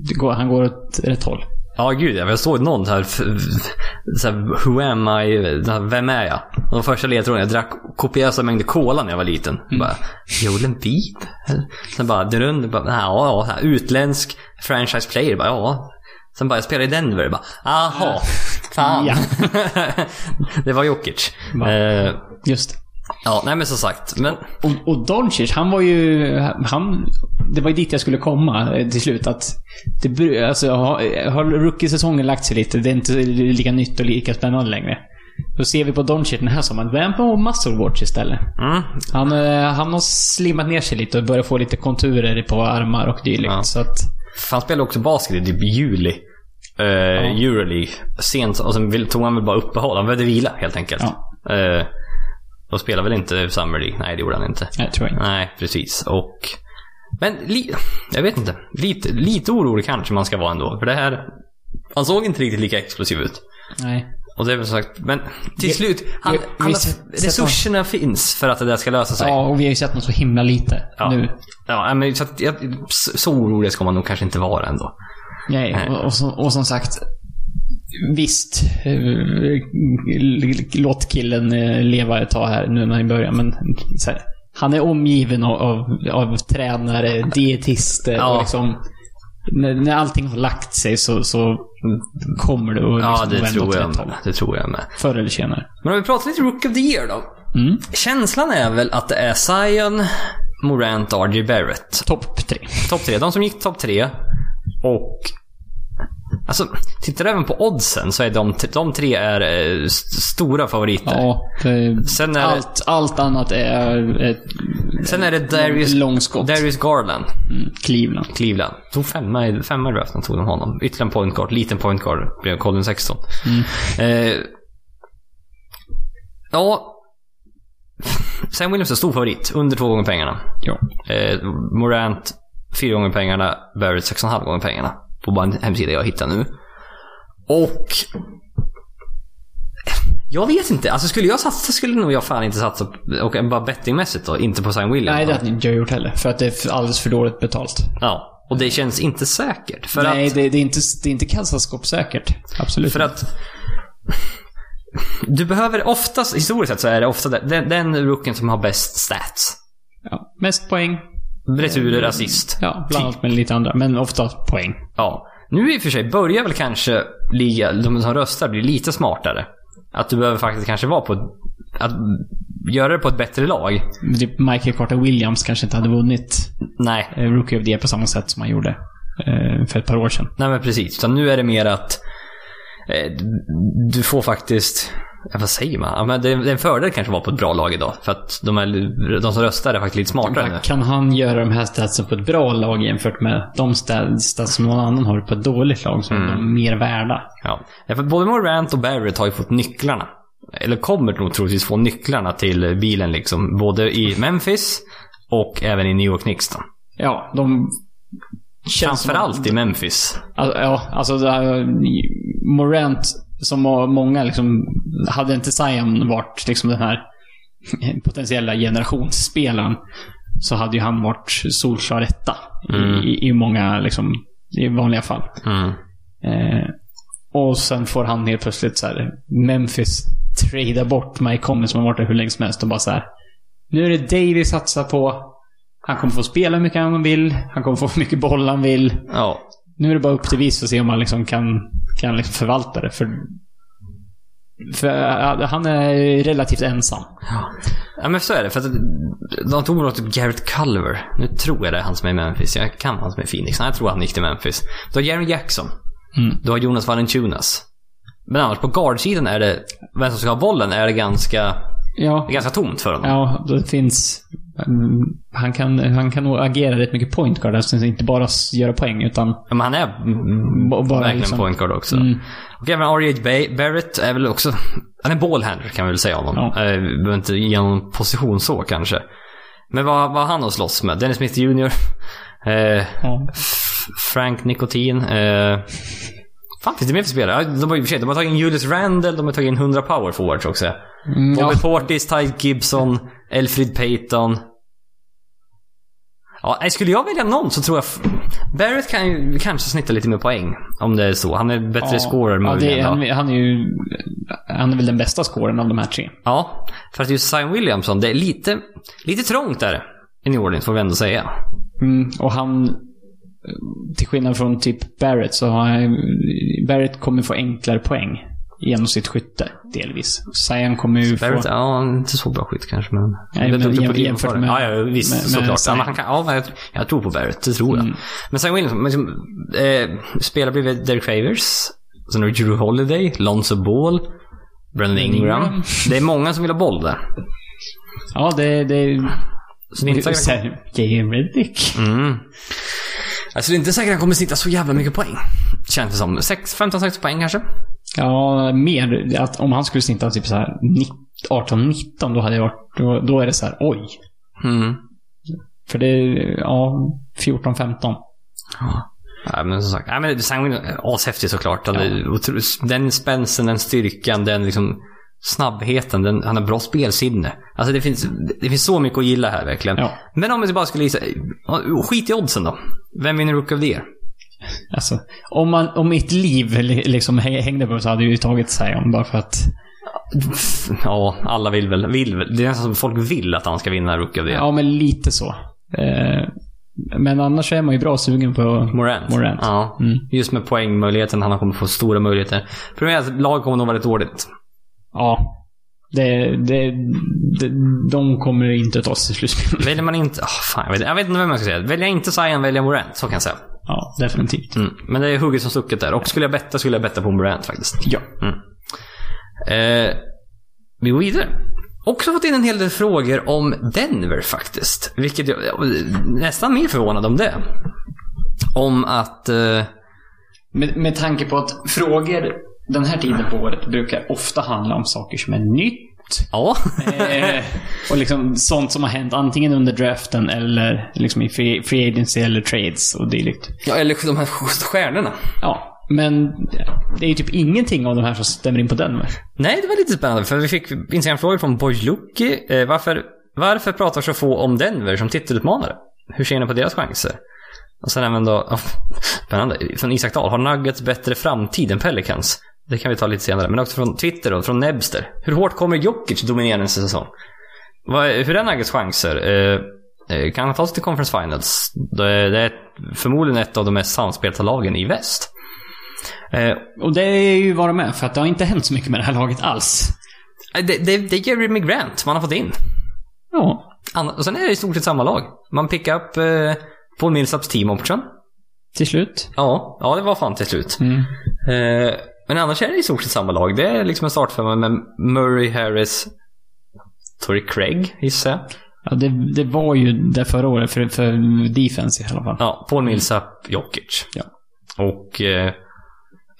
det går, han går åt rätt håll. Ja, gud ja. Jag såg någon så här, f- f- så här who am I, så här, vem är jag? Och de första ledtrådarna, jag drack kopiösa mängder cola när jag var liten. Mm. Bara, Joel Embiid? Sen bara, Drun, bara, ja, ja, så här, utländsk franchise player, bara, ja. Sen bara, jag spelar i Denver, bara, aha, fan. Mm. Ja. det var Jokic. Va? Eh, Just. ja, nej men som sagt, men Och, och Doncic, han var ju... Han, det var ju dit jag skulle komma eh, till slut. Att det, bru- alltså, har, har rookie-säsongen lagt sig lite, det är inte lika nytt och lika spännande längre. Då ser vi på Doncic den här sommaren. Vem på muscle watch istället? mm, Han, eh, han har slimmat ner sig lite och börjar få lite konturer på armar och dylikt. Ja. Så att, Han spelade också basket i typ juli. Uh, Euroleague. Sent, och sen vill- tog han väl bara uppehåll. Han behövde vila helt enkelt. Eh, och spelade väl inte Summer League? Nej, det gjorde han inte. jag tror jag inte. Nej, precis. Och... Men li, jag vet inte. Lite, lite orolig kanske man ska vara ändå. För det här... Han såg inte riktigt lika explosiv ut. Nej. Och det är väl som sagt, men till Vi- slut. Han, vi- han vi har, sett- sett resurserna finns för att det där ska lösa sig. Ja, och vi har ju sett något så himla lite Ja. nu. Ja, nej, men så, att, jag, så så orolig ska man nog kanske inte vara ändå. Nej, och, och, som, och som sagt. Visst, eh, l- låt killen eh, leva ett tag här nu när han börjar, men så här, han är omgiven av, av, av tränare, dietister Ja. och liksom... När, när allting har lagt sig så, så kommer det att Mm. Ja, liksom det vända tror åt jag rätt håll. med. Det tror jag med. Förr eller senare. Men om vi pratar lite Rook of the Year då. Mm. Känslan är väl att det är Zion, Morant, RG Barrett. Topp tre. Topp tre. De som gick topp tre. Och... Alltså, tittar du även på oddsen så är de, de tre är eh, st- stora favoriter. Ja, det, Sen är det- allt, allt annat är ett Sen är det Darius, långskott. Darius Garland, Mm, Cleveland. Cleveland. Tog femma i femma i draften, tog de honom. Ytterligare en point guard. Liten point guard. Blev Colin 16. Mm. Eh, ja... Sam Williams är stor favorit. Under två gånger pengarna. Ja. Eh, Morant, fyra gånger pengarna. Barrett, sex och en halv gånger pengarna. På bara en hemsida jag hittar nu. Och... Jag vet inte. Alltså skulle jag satsa skulle nog jag fan inte satsa, på- och bara bettingmässigt då, inte på Sam Williams. Nej, det hade inte jag gjort heller. För att det är för- alldeles för dåligt betalt. Ja. Och det känns inte säkert. För Nej, att, det, det är inte, det är inte kassaskåpssäkert. Absolut. För att... Du behöver oftast, historiskt sett så är det ofta den, den rookien som har bäst stats. ja. Mest poäng. Returer, assist. Ja, bland annat med lite andra. Men ofta poäng. Ja. Nu i och för sig börjar väl kanske liga, de som röstar bli lite smartare. Att du behöver faktiskt kanske vara på ett, att göra det på ett bättre lag. Typ Michael Carter Williams kanske inte hade vunnit Nej, eh, Rookie of the Year på samma sätt som han gjorde eh, för ett par år sedan. nej men precis. Utan nu är det mer att eh, du får faktiskt, ja, vad säger man? Ja, men det, det är en fördel kanske att vara på ett bra lag idag. För att de, är, de som röstar är faktiskt lite smartare nu. Kan han göra de här statsen på ett bra lag jämfört med de sta- stats som någon annan har på ett dåligt lag Mm. som de är mer värda? Ja. Ja, för både Morant och Barrett har ju fått nycklarna. Eller kommer nog troligtvis få nycklarna till bilen liksom. Både i Memphis och även i New York Knicks då. Ja, de... känns som att- Framförallt i Memphis. Alltså, ja, alltså det här, Morant, som var många liksom, hade inte Zion varit liksom den här potentiella generationsspelaren så hade ju han varit solklar etta i- Mm. i, i många, liksom, i vanliga fall. Mm. Eh, och sen får han helt plötsligt så här, Memphis tradea bort Mike Conley som har varit där hur länge som helst och bara så här. Nu är det dig vi satsar på. Han kommer få spela hur mycket han vill. Han kommer få hur mycket boll han vill. Ja. Nu är det bara upp till vis att se om han liksom kan, kan liksom förvalta det. För, för eh, han är relativt ensam. ja, men så är det. För att de tog väl typ Garrett Culver. Nu tror jag det är han som är i Memphis. Jag kan han som är i Phoenix. Nej, jag tror han gick till Memphis. Du har Jerry Jackson. Mm. Du har Jonas Valanciunas. Men annars på guardsidan är det, vem som ska ha bollen, är det ganska, Ja, ganska tomt för honom. ja det finns... mm, Han kan, han kan nog agera rätt mycket point guard. Alltså inte bara s- göra poäng, utan... Ja, Men han är B- bara verkligen liksom- point guard också. Mm. Och även R.J. Ba- Barrett är väl också... Han är ballhandler kan vi väl säga om honom. Ja. Ja. Eh, vi behöver inte ge honom position så kanske. Men vad vad har han att slåss med? Dennis Smith Jr. Eh, Ja. F- Frank Nikotin. Eh, fan, finns det mer för spelare? Ja, De har, ju- i och för sig, de har tagit in Julius Randle, de har tagit in 100 power forwards också. Mm, ja. Bobby Portis, Ty Gibson, Elfrid Payton. Ja, nej, skulle jag välja någon så tror jag... f- Barrett kan ju kanske snitta lite mer poäng. Om det är så. Han är bättre scorer ja, möjligen. det, va? han, han är ju... Han är väl den bästa scoren av de här tre. Ja, för att just Zion Williamson, det är lite, lite trångt där i New Orleans får vi ändå säga. Mm, och han, eh, till skillnad från typ Barrett, så har han, Barrett kommer få enklare poäng genom sitt skytte, delvis. Zion kommer ju Barrett, få... ja, inte så bra skytt kanske men... Nej, Jag men tror på jäm- det. jämfört med- Ja, ja visst med- med såklart. Ja, Zion. men han kan, ja, jag, jag tror på Barrett, det tror jag. Mm. Men Zion Williamson, men liksom, eh, spelar bredvid Derek Favors, sen har du Drew Holiday, Lonzo Ball, Brandon Ingram. Ingram. Det är många som vill ha boll där. Ja, det... det Så det är inte säkert... så här, J.M. Redick. Mm. Alltså det är inte säkert att han kommer snitta så jävla mycket poäng. Känns det som. Sex- 15-16 poäng kanske? Ja, mer. Att om han skulle snitta typ så här 18-19, då hade jag varit... Då, då är det så här, oj. Mm. För det är, ja, 14-15. Ja, men som sagt. Ja, men Sanguin är ashäftig såklart. Han är otro- Den spänsten, den styrkan, den liksom snabbheten. Den, han har bra spelsinne. Alltså det finns, det finns så mycket att gilla här verkligen. Ja. Men om vi bara skulle gissa. oh, Skit i oddsen då. Vem vinner Rook of the Year? Alltså, om, man, om mitt liv li- liksom häng- hängde på det så hade jag ju tagit Zion bara för att... Ja, alla vill väl. Vill, väl. det är nästan som folk vill att han ska vinna Rook of the Year. Ja, men lite så. Eh, men annars är man ju bra sugen på... Morant. Morant. Ja. Mm. Just med poängmöjligheten. Han kommer få stora möjligheter. Problemet är att lag kommer nog vara rätt dåligt. Ja. Det, det, det, de kommer inte ta sig till slutspel. Väljer man inte... ah fan, jag, vet, jag vet inte vem jag ska säga. Väljer jag inte Zion, väljer jag Morant. Så kan jag säga. Ja, definitivt. Mm. Men det är hugget som stucket där. Och skulle jag betta skulle jag betta på Morant faktiskt. Ja. Eh, vi går vidare. Också fått in en hel del frågor om Denver faktiskt. Vilket jag jag är nästan mer förvånad om det. Om att... Eh, Med, med tanke på att frågor den här tiden på året brukar ofta handla om saker som är nytt. ja. Eh, och liksom sånt som har hänt antingen under draften eller liksom i free, free agency eller trades och dylikt. ja, eller de här stjärnorna. Ja, men det är ju typ ingenting av de här som stämmer in på Denver. Nej, det var lite spännande. För vi fick Instagram-frågor från Boyluki. Eh, varför, varför pratar så få om Denver som titelutmanare? Hur ser ni på deras chanser? Och sen även då, spännande, från Isak Dahl. Har Nuggets bättre framtid än Pelicans? Det kan vi ta lite senare. Men också från Twitter då, från Nebster. Hur hårt kommer Jokic dominera nästa säsong? Vad, hur är Nuggets chanser? Eh, eh, kan han ta sig till Conference Finals? Det är, det är förmodligen ett av de mest samspelta lagen i väst. Eh, Och det är ju vad de är, för att det har inte hänt så mycket med det här laget alls. det, det, det är Jeremy Grant man har fått in. Ja. Anna, och sen är det i stort sett samma lag. Man pickar upp eh, Paul Millsaps team option. Till slut. Ja, ja, det var fan till slut. Mm. Eh, men annars är det i stort sett samma lag. Det är liksom en startfemma med Murray, Harris, Torrey Craig, gissar jag. Ja, det, det var ju det förra året, för, för defense i alla fall. Ja, Paul Millsap, Jokic. Ja. Och eh,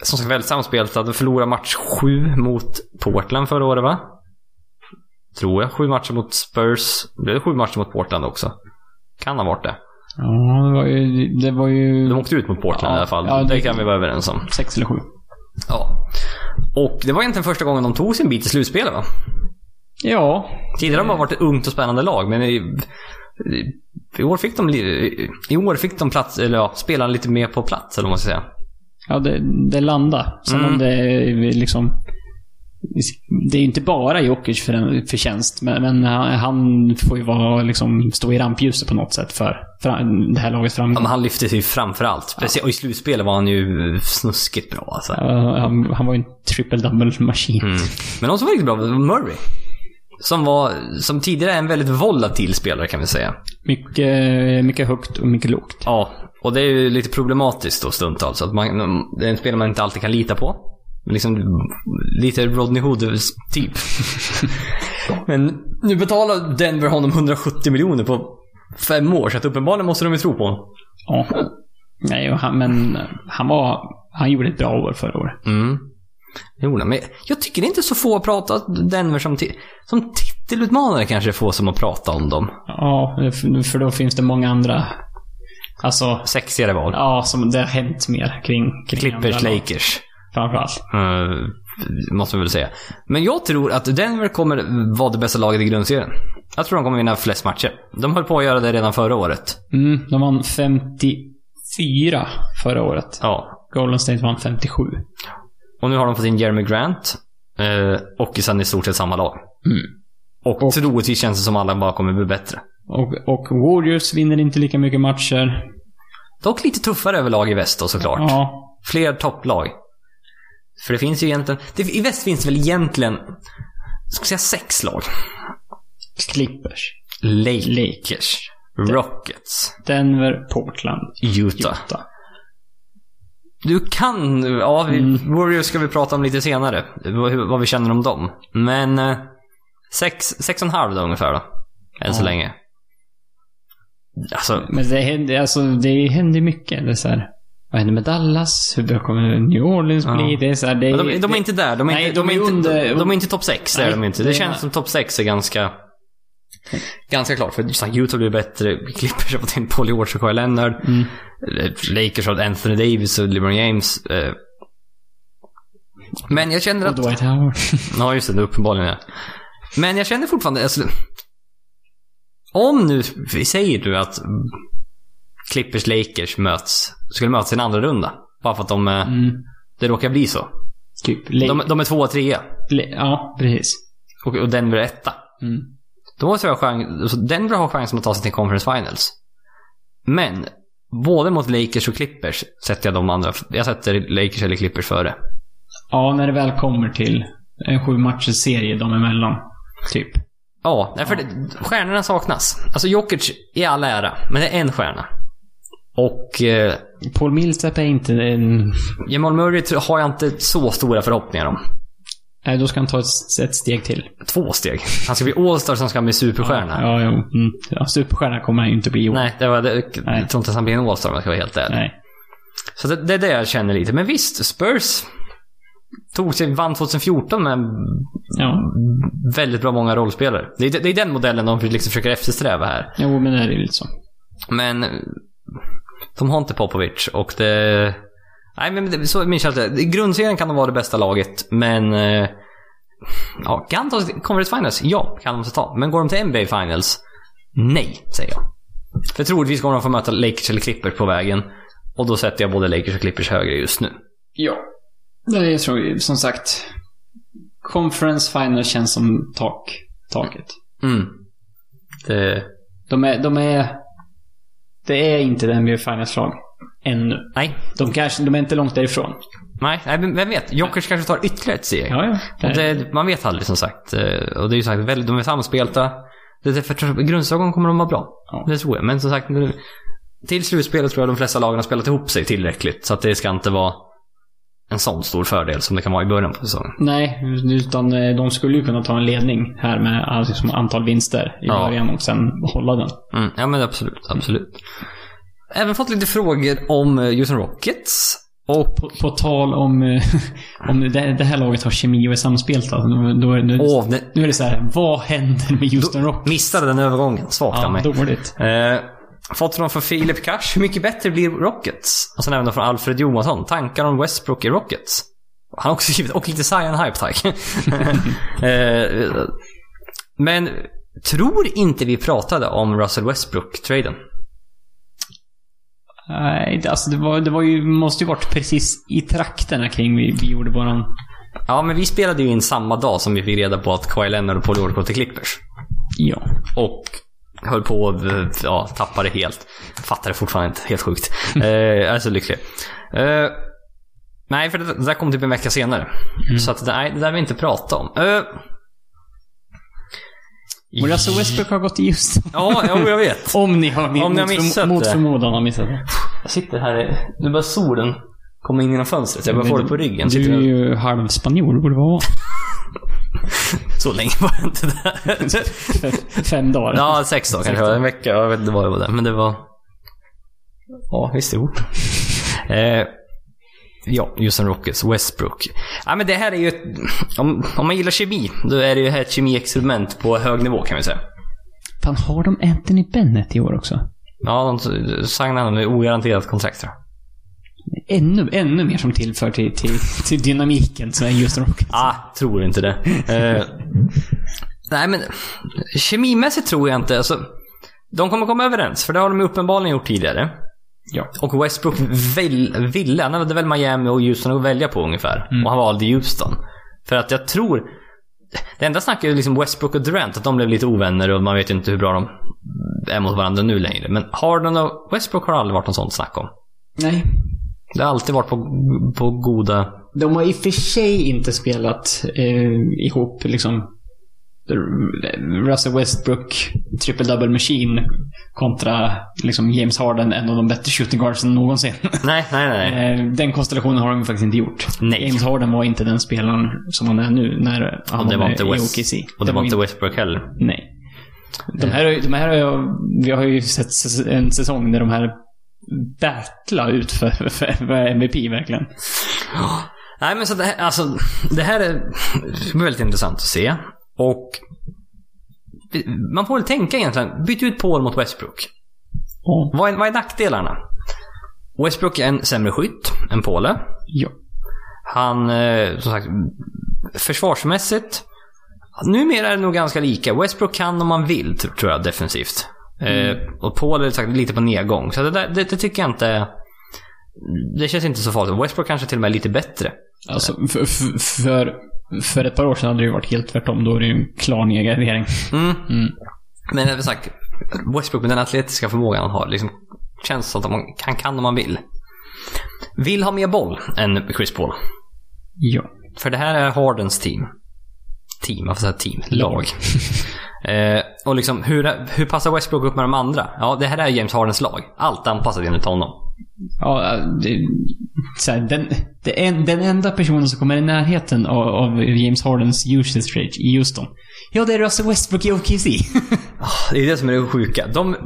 som sagt väldigt samspelta. De förlorade match sju mot Portland förra året, va? Tror jag. Sju matcher mot Spurs. Blev det sju matcher mot Portland också? Kan ha varit det. Ja, det var ju... Det var ju De åkte ut mot Portland Ja, i alla fall. ja, det, det- kan vi vara överens om. sex eller sju. Ja. Och det var egentligen första gången de tog sin bit i slutspelet va? Ja. Tidigare har de varit ett ungt och spännande lag, men i, i, i år fick de, li- i år fick de plats, eller ja, spelaren lite mer på plats, eller vad man ska säga. Ja, det, det landade. Sen Mm. om det är liksom... Det är ju inte bara Jokic för, förtjänst, men, men han- han får ju vara, liksom, stå i rampljuset på något sätt för, för det här lagets Ja, framgång. men han lyfte sig framför allt. Preci- Och i slutspelet var han ju snuskigt bra alltså. Ja, han, han var ju en triple-double-maskin. Mm. Men någon som var riktigt bra var Murray. Som, var, som tidigare är en väldigt volatil spelare kan vi säga. Mycket, mycket högt och mycket lågt. Ja, och det är ju lite problematiskt då stundtals. Att man, det är en spelare man inte alltid kan lita på. Liksom, lite Rodney typ. Hood-typ. Men nu betalar Denver honom 170 miljoner på fem år, så att uppenbarligen måste de ju tro på honom. Ja. Nej, och han, men han var... Han gjorde ett bra år förra året. Mm. Jo, men jag tycker det är inte så få har pratat Denver som, ti- som titelutmanare kanske är få som har pratat om dem. Ja, för- för då finns det många andra... Alltså, Sexigare val. ja, som det har hänt mer kring... kring Clippers, andra lag, Lakers. Framförallt. Eh, måste vi väl säga. Men jag tror att Denver kommer vara det bästa laget i grundserien. Jag tror de kommer vinna flest matcher. De höll på att göra det redan förra året. Mm, de vann 54 förra året. Ja. Golden State vann 57. Och nu har de fått in Jeremy Grant. eh, Och sen i stort sett samma lag. Mm. Och, Och- troligtvis känns det som att alla bara kommer bli bättre. Och, och Warriors vinner inte lika mycket matcher. Dock lite tuffare överlag i väst då såklart. Ja. Fler topplag. För det finns ju egentligen... Det, I väst finns väl egentligen... Ska jag säga sex lag? Clippers. Lakers. Rockets. Denver, Portland, Utah. Utah. Du kan... Ja, vi, Mm. Warriors ska vi prata om lite senare. Vad, hur- vad vi känner om dem. Men... eh, Sex, sex och en halv då ungefär då. Än så Ja. länge. Alltså, Men det händer, alltså, det händer mycket. Det är så här, vad händer med Dallas? Hur bra kommer New Orleans bli? Ja. Det är så här, det, de, de är det- inte där. De är, Nej, inte, de de är, är inte, under- de, de är inte topp sex. det är Nej, de inte. Det det är- känns som topp sex är ganska... Ganska klart. För just, Utah blir bättre. Clippers har fått in Paul George och Kawhi Leonard. Mm. Eh, Lakers har Anthony Davis och LeBron James. eh. Men jag känner Och att... Dwight Howard. Ja, just det. det är Uppenbarligen ja. Men jag känner fortfarande... Alltså, om nu, vi säger du att mm, Clippers Lakers möts, skulle mötas i en andra runda. Bara för att de, eh, Mm. det råkar bli så. Typ. Le- De, de är tvåa, trea. le- ja, precis. Och, och Denver är etta. Mm. Då måste jag ha chans, alltså Denver har chansen att ta sig till Conference Finals. Men, både mot Lakers och Clippers sätter jag de andra. Jag sätter Lakers eller Clippers före. Ja, när det väl kommer till en sju matchers serie de emellan. Typ. Ja, nej, för det, stjärnorna saknas. Alltså Jokic i all ära, men det är en stjärna. Och eh, Paul Millsap är inte en... Jamal Murray tr- har jag inte så stora förhoppningar om. Nej, då ska han ta ett, ett steg till. Två steg. Han ska bli All-star som ska bli superstjärna. Ja, jo. Mm. Ja, superstjärna kommer han ju inte bli i år. Nej, det var, det, Nej. jag tror inte att han blir en All-star om jag ska vara helt ärlig. Nej. Så det, det är det jag känner lite. Men visst, Spurs tog sig, vann 2014 med Ja. väldigt bra många rollspelare. Det är, det är den modellen de liksom försöker eftersträva här. Jo, men det är ju lite så. Men de har inte Popovic och det... Nej, men det, så är min känsla. I Grundserien kan de vara det bästa laget, men... eh, Ja, kan de ta sig till Conference Finals? Ja, kan de ta. Men går de till NBA Finals? Nej, säger jag. För troligtvis kommer de få möta Lakers eller Clippers på vägen. Och då sätter jag både Lakers och Clippers högre just nu. Ja. Nej, jag tror ju, som sagt. Conference final känns som tak, taket. Mm. Det... De är, de är... Det är inte den NBA Finals-lag. Ännu. Nej. De kanske, de är inte långt därifrån. Nej, nej, men vem vet? Jokers kanske tar ytterligare ett steg. Ja, ja. Och det, man vet aldrig som sagt. Eh, Och det är ju sagt, väldigt, de är samspelta. Det är därför, I grundsögon kommer de vara bra. Ja. Det tror jag. Men som sagt, nu- till slutspelet tror jag de flesta lagen har spelat ihop sig tillräckligt. Så att det ska inte vara en sån stor fördel som det kan vara i början på säsongen. Nej, utan eh, de skulle ju kunna ta en ledning här med alltså, som antal vinster i Ja. början och sen hålla den. Mm, ja men absolut, absolut. Även fått lite frågor om eh, Houston Rockets. Och På, på tal om, eh, om det, det här laget har kemi och är samspelta, då, då, är det- åh, det, nu är det så här, vad händer med Houston Rockets? missade den övergången. Svagt av Ja, mig. dåligt. Eh, fått från för Filip Cash. Hur mycket bättre blir Rockets? Och sen även då från Alfred Johansson. Tankar om Westbrook i Rockets? Han har också skrivit, och lite Zion Hype tack. eh, men tror inte vi pratade om Russell Westbrook-traden. Nej, det- alltså det var, det var ju, måste ju varit precis i trakterna kring vi, vi gjorde våran Ja, men vi spelade ju in samma dag som vi fick reda på att Kawhi Leonard och Paul George går till Clippers. Ja. Och höll på att ja, tappa det helt. Fattar det fortfarande inte. Helt sjukt. Eh, jag är så lycklig. Eh, nej, för det det där kom typ en vecka senare. Så att, nej, det där vill jag inte prata om. Eh, Och Russell Westbrook har gått i just Ja, jo, jag vet. Om ni har, Om ni har mot förmo- missat mot det. förmodan har missat det. Jag sitter här. i- Nu börjar solen komma in genom fönstret. Jag börjar få det på ryggen. Du Sitter är jag- ju halv spanjor, det borde vara. Så länge var jag inte där. Fem dagar. Ja, sex dagar kanske. En vecka. Jag vet inte vad det var där. Men det var... Ja, i stort. eh, ja, Houston Rockets. Westbrook. Ja, men det här är ju ett... Om, om man gillar kemi, då är det ju här ett kemiexperiment på hög nivå kan vi säga. Fan, har de Anthony Bennett i år också? Ja, de signade honom med ogaranterat kontrakt tror jag. Ännu, ännu mer som tillför till, till, till dynamiken som är just Rockets. Ah, tror inte det. Eh, nej, men kemimässigt tror jag inte. Alltså, de kommer komma överens, för det har de ju uppenbarligen gjort tidigare. Ja. Och Westbrook väl, ville, han hade väl Miami och Houston att välja på ungefär. Och han valde Houston. För att jag tror... Det enda snacket är ju liksom Westbrook och Durant, att de blev lite ovänner och man vet ju inte hur bra de är mot varandra nu längre. Men Harden och Westbrook har aldrig varit något sånt snack om. Nej. Det har alltid varit på, på goda... De har i och för sig inte spelat eh, ihop liksom Russell Westbrook, triple double machine kontra liksom James Harden, en av de bättre shooting guardsen någonsin. Nej, nej, nej. Eh, Den konstellationen har de ju faktiskt inte gjort. Nej. James Harden var inte den spelaren som han är nu när han Och det var med inte i West. OKC. Och det var inte Westbrook heller. Nej. De här, har ju- de här har ju, vi har ju sett s- en säsong där de här battlar ut för, för, för MVP verkligen. Nej men så det här, alltså, det här är väldigt intressant att se. Och man får väl tänka egentligen, byt ut Paul mot Westbrook. Ja. Vad är, vad är nackdelarna? Westbrook är en sämre skytt än Paule. Ja. Han, eh, som sagt, försvarsmässigt. Numera är det nog ganska lika. Westbrook kan om man vill, tr- tror jag, defensivt. Eh, och Paul är sagt, lite på nedgång. Så det, där, det, det tycker jag inte... Det känns inte så farligt. Westbrook kanske till och med är lite bättre. Alltså, för, för- för, för ett par år sedan hade det ju varit helt tvärtom. Då är det ju en klar nedgradering. Mm. Mm. Men som sagt, Westbrook med den atletiska förmågan han har, liksom, känns som att man kan, kan om man vill. Vill ha mer boll än Chris Paul. Ja. För det här är Hardens team. Team, varför säger jag team? Lag. eh, och liksom, hur, hur passar Westbrook upp med de andra? Ja, det här är James Hardens lag. Allt anpassat enligt honom. ja det, så här, den, det en, den enda personen som kommer i närheten av, av James Hardens usage rate i Houston. Ja, det är Russell Westbrook i OKC. Ah, Det är det som är det sjuka. De...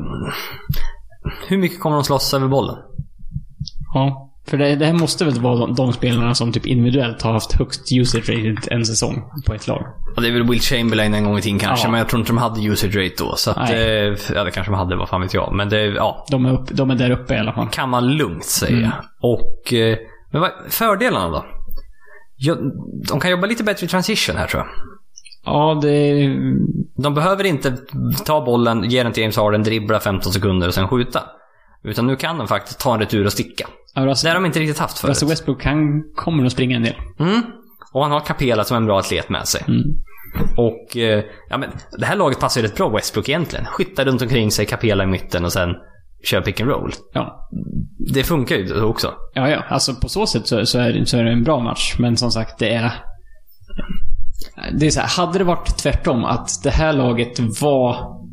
Hur mycket kommer de slåss över bollen? ja. För det, det här måste väl vara de, de spelarna som typ individuellt har haft högst usage rate en säsong på ett lag. Ja, det är väl Will Chamberlain en gång i tiden kanske, Ja. men jag tror inte de hade usage rate då. Så att, eh, Nej. ja, det kanske de hade, vad fan vet jag. Men det, ja, De är, upp, de är där uppe i alla fall. kan man lugnt säga. Och, eh, men vad, fördelarna då? Ja, de kan jobba lite bättre i transition här tror jag. Ja, det... De behöver inte ta bollen, ge den till James Harden, dribbla 15 sekunder och sen skjuta. Utan nu kan de faktiskt ta en retur och sticka. ja, Det har Russell, de inte riktigt haft förut. Russell Westbrook kan, kommer att springa en del. Mm. Och han har Capela som en bra atlet med sig. Och eh, ja, men, det här laget passar ju rätt bra Westbrook egentligen. Skyttar runt omkring sig, Capela i mitten och sen kör pick and roll. Ja. Det funkar ju också. Ja, ja. Alltså på så sätt så, så, är, det- så är det en bra match. Men som sagt, det är... Det är så här, hade det varit tvärtom att det här laget var...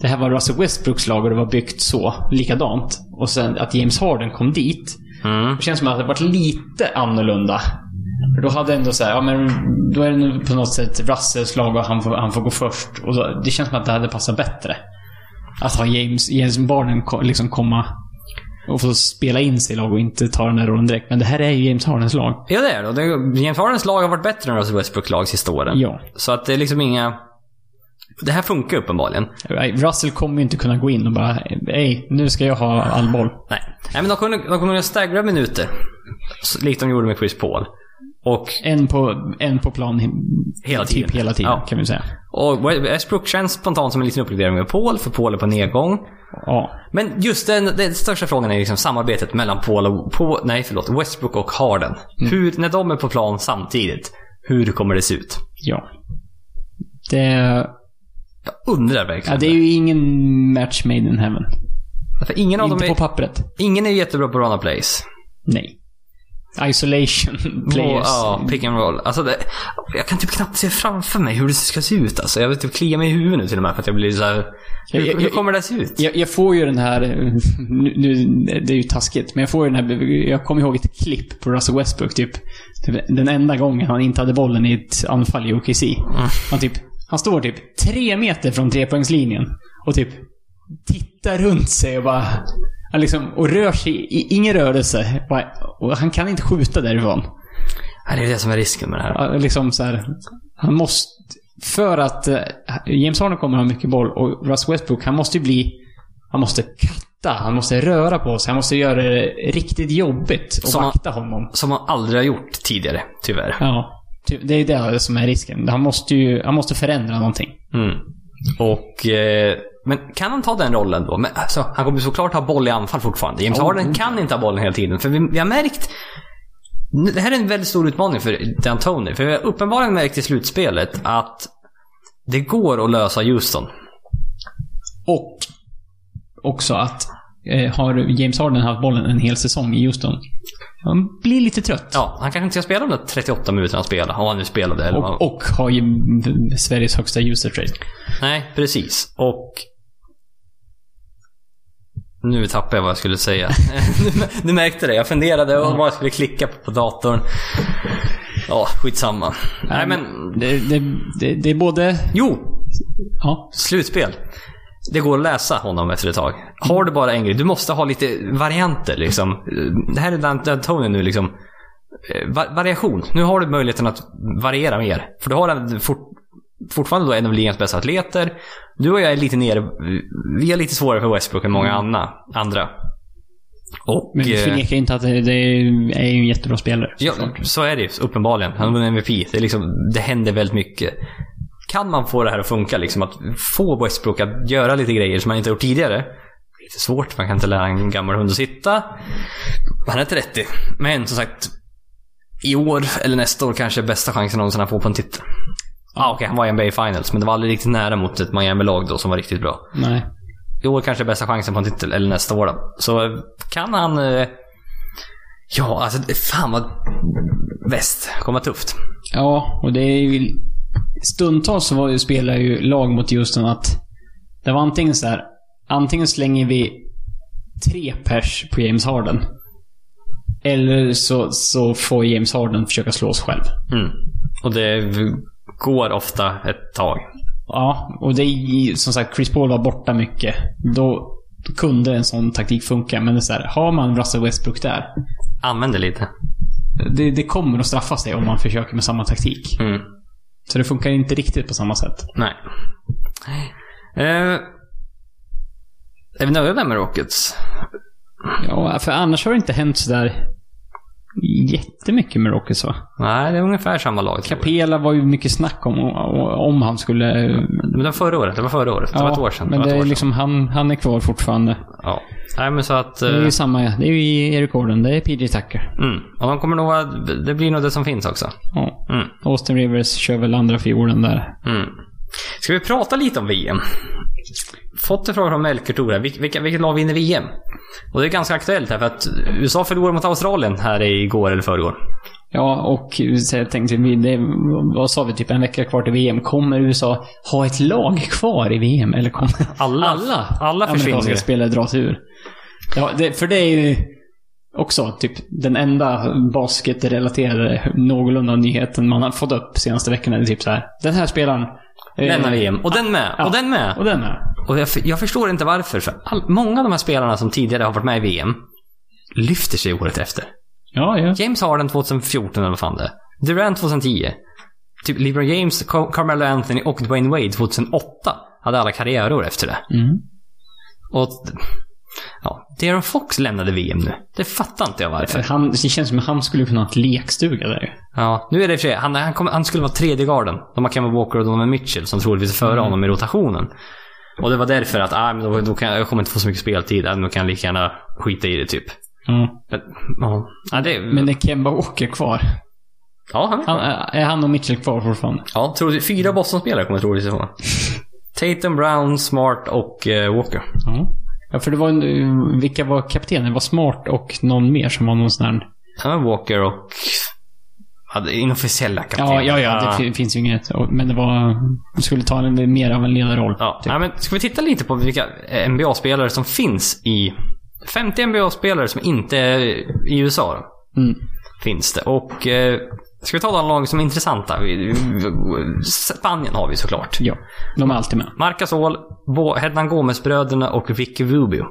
Det här var Russell Westbrooks lag och det var byggt så, likadant. Och sen att James Harden kom dit. Mm. Det känns som att det hade varit lite annorlunda. För då hade ändå så här, ja men då är det nu på något sätt Russells lag och han får, han får gå först. Och då, det känns som att det hade passat bättre. Att ha James, James Barden ko- liksom komma och få spela in sig i lag och inte ta den där rollen direkt. Men det här är ju James Hardens lag. Ja, det är det. Och det. James Hardens lag har varit bättre än Russell Westbrooks lag sista åren. Ja. Så att det är liksom inga... Det här funkar uppenbarligen. Russell kommer ju inte kunna gå in och bara, hej, nu ska jag ha all boll. Nej, Nej men de kommer, de kommer att staggra minuter. Så- Likt de gjorde med Chris Paul. Och, En på, en på plan Hela tiden. Typ hela tiden, Ja. kan vi säga. och Westbrook känns spontant som en liten uppgradering med Paul, för Paul är på nedgång. Ja. Men just den, den största frågan är liksom Mm. samarbetet mellan Paul och, Paul, nej, förlåt, Westbrook och Harden. Hur, när de är på plan samtidigt, Hur kommer det se ut? Ja. Det, Jag undrar verkligen. ja, det är ju ingen match made in heaven. För ingen av dem Inte på är, pappret. ingen är jättebra på Rana Plays. Nej. Isolation Och, players. ja, pick and roll. Alltså det, jag kan typ knappt se framför mig hur det ska se ut alltså. Jag vill typ klia mig i huvudet nu till och med för att jag blir så här. Jag- Hur, jag- hur kommer det se ut? Jag, jag får ju den här, nu, nu, det är ju taskigt, men jag får ju den här, jag kommer ihåg ett klipp på Russell Westbrook typ. typ den enda gången han inte hade bollen i ett anfall i OKC. Mm. Han typ, han står typ tre meter från trepoängslinjen och typ tittar runt sig och bara, han liksom, och rör sig, i, ingen rörelse. Bara, och han kan inte skjuta därifrån. Ja, Det är det som är risken med det här. Ja, Liksom så här, han måste, för att eh, James Harden kommer ha mycket boll och Russ Westbrook, han måste ju bli, han måste katta, han måste röra på sig, han måste göra det riktigt jobbigt och Som han- vakta honom. Som man aldrig har gjort tidigare, tyvärr. Ja. Ty- Det är det som är risken. Han måste ju, han måste förändra någonting. Mm. Och... Eh, men kan han ta den rollen då? Men, alltså, han kommer såklart ha boll i anfall fortfarande. James Oh, Harden gud. kan inte ha bollen hela tiden. För vi, vi har märkt... nu- Det här är en väldigt stor utmaning för D'Antoni. För vi har uppenbarligen märkt i slutspelet att det går att lösa Houston. Och också att eh, har James Harden haft bollen en hel säsong i Houston, han blir lite trött. Ja, han kanske inte ska spela de där 38 minuterna han spelade. Om han nu spelade. Eller vad- Och, och har ju Sveriges högsta user trade. Nej, precis. Och... Nu tappade jag vad jag skulle säga. Nu- nu märkte det. Jag funderade och vad jag skulle klicka på på datorn. Ja, skitsamma. Nej men... Det, det, det, det är både... Jo! Ja. Slutspel. Det går att läsa honom efter ett tag. Har du bara en grej. Du måste ha lite varianter liksom. Det här är Dan- D'Antoni nu liksom. Eh, Va- variation. Nu har du möjligheten att variera mer. För du har en fort, fortfarande då en av ligans bästa atleter. Du och jag är lite nere. Vi är lite svårare för Westbrook än många andra. andra. Och, Mm. Men vi eh, förnekar inte att det, det är ju en jättebra spelare. Ja, såklart. så är det ju uppenbarligen. Han har vunnit MVP. Det, är liksom, det händer väldigt mycket. Kan man få det här att funka? Liksom, att få Westbrook att göra lite grejer som han inte gjort tidigare. Det är lite svårt. Man kan inte lära en gammal hund att sitta. Han är 30. Men som sagt. I år eller nästa år kanske är bästa chansen någonsin han får på en titel. Ah, Okej, han var i NBA Finals, men det var aldrig riktigt nära mot ett Miami-lag då som var riktigt bra. Nej. I år kanske är bästa chansen på en titel, eller nästa år då. Så eh, kan han... eh, Ja, alltså det- fan vad... Väst kommer tufft. Ja, och det är ju... Stundtals så var ju, spelar ju lag mot Houston att det var antingen så här. Antingen slänger vi tre pers på James Harden. Eller så, så får James Harden försöka slå oss själv. Mm. Och det går ofta ett tag. Ja, och det är ju- som sagt, Chris Paul var borta mycket. Då kunde en sån taktik funka, men det är så här, har man Russell Westbrook där, Använder lite. det, det kommer att straffa sig om man försöker med samma taktik. Mm. Så det funkar inte riktigt på samma sätt. Nej. Eh, är vi nöjda med Rockets? Ja, för annars har det inte hänt sådär jättemycket med Rockets va? Nej, det är ungefär samma lag. tror jag. Capela var ju mycket snack om, om han skulle... Men det var förra året. Det var förra året. Det var ett år sedan. Men var det ett år är sedan. liksom, han, han är kvar fortfarande. Ja. Nej, men så att... Det är eh, ju samma, det är ju Eric Gordon, det är PJ Tucker. Mm. Och de kommer nog att... Det blir nog det som finns också. Ja. Mm. Austin Rivers kör väl andra fiolen där. Mm. Ska vi prata lite om VM? Fått en fråga från Melker här. Vil- vilka, vilket lag vinner VM? Och det är ganska aktuellt här för att USA förlorade mot Australien här igår eller förrgår. Ja, och så jag tänkte vi, det, vad sa vi, typ en vecka kvar till VM. Kommer USA ha ett lag kvar i VM? Eller kommer Alla- alla, alla försvinner amerikanska ju. spelare dras ur? Ja, det, för det är ju också typ den enda basketrelaterade någorlunda nyheten man har fått upp senaste veckorna. Det är typ så här. Den här spelaren. eh, Denna VM. Och den med. ja. Och den med. Och den här. Och jag, jag förstår inte varför. För all, många av de här spelarna som tidigare har varit med i VM lyfter sig året efter. Ja, ja. James Harden 2014 eller vad fan det är. Durant 2010. Typ LeBron James, Car- Carmelo Anthony och Dwayne Wade 2008 hade alla karriärår efter det. Mm. Och... Ja, Darren Fox lämnade VM nu. Det fattar inte jag varför. Han, det känns som att han skulle kunna ha ett lekstuga där ju. Ja, nu är det i och för sig, han, han, kom, han skulle vara tredje garden. De har Kemba Walker och de har Mitchell som troligtvis är före Mm. honom i rotationen. Och det var därför att, ah, men då, då kan jag, jag kommer inte få så mycket speltid, ah, men då kan jag lika gärna skita i det typ. Ja. Men, ja. Ja, det, Men är Kemba Walker kvar? Ja, han är Han, kvar. är han och Mitchell kvar fortfarande? Ja, tror, fyra Boston-spelare kommer troligtvis ifrån. Tatum, Brown, Smart och eh, Walker. Ja. ja, för det var en, eh, Vilka var kaptener? Det var Smart och någon mer som var någon sån här... Ja, Walker och... Ja, det är inofficiella Ah. kaptener. Ja, ja, ja. Det fi- finns ju inget. Och- Men det var... Skulle ta en, mer av en ledarroll. typ. Ja, nej, men ska vi titta lite på vilka eh, NBA-spelare som finns i... 50 NBA-spelare som inte är i USA då, Mm. finns det. Och eh, ska vi ta de lag som är intressanta? Vi- vi- Spanien har vi såklart. ja. De är alltid med. Marcus All, Bo- Hernan Gomez-bröderna och Vicky Rubio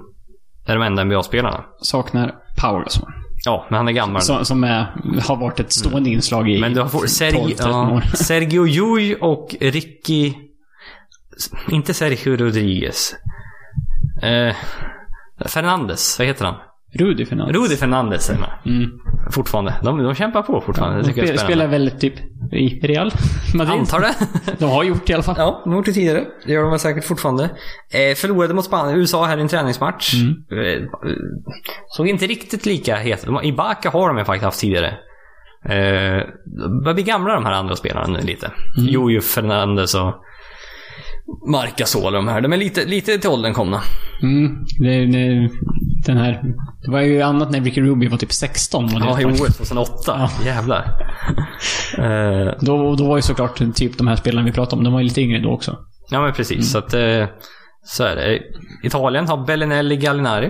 är de enda NBA-spelarna. Saknar Powell som, Ja, men han är gammal. som, som är, har varit ett stående inslag i Mm. Men du har fått Sergi, 12-13 ja, år. Sergio Llull och Ricky... Inte Sergio Rodriguez. Eh, Fernandes, vad heter han? Rudy Fernandes. Rudi Fernandes är med. Mm. Fortfarande. De, de kämpar på fortfarande. det De tycker jag är spe- spelar spännande. väl typ i Real Madrid. Antar det. De har gjort det i alla fall. ja, de har gjort det tidigare. Det gör de väl säkert fortfarande. Eh, förlorade mot Spanien. USA här i en träningsmatch. Eh, såg inte riktigt lika het. De har- Ibaka har de ju faktiskt haft tidigare. Eh, de börjar bli gamla de här andra spelarna nu lite. Jojo Fernandes och Marcasol de här. De är lite, lite till åldern komna. Mm. Det, det, den här, det var ju annat när Ricky Rubio var typ 16. Och det Ja, i OS 2008. Ja. Jävlar. Eh, då, då var ju såklart typ de här spelarna vi pratade om, de var ju lite yngre då också. Ja, men precis. Så, att, eh, så är det. Italien har Bellinelli, Gallinari.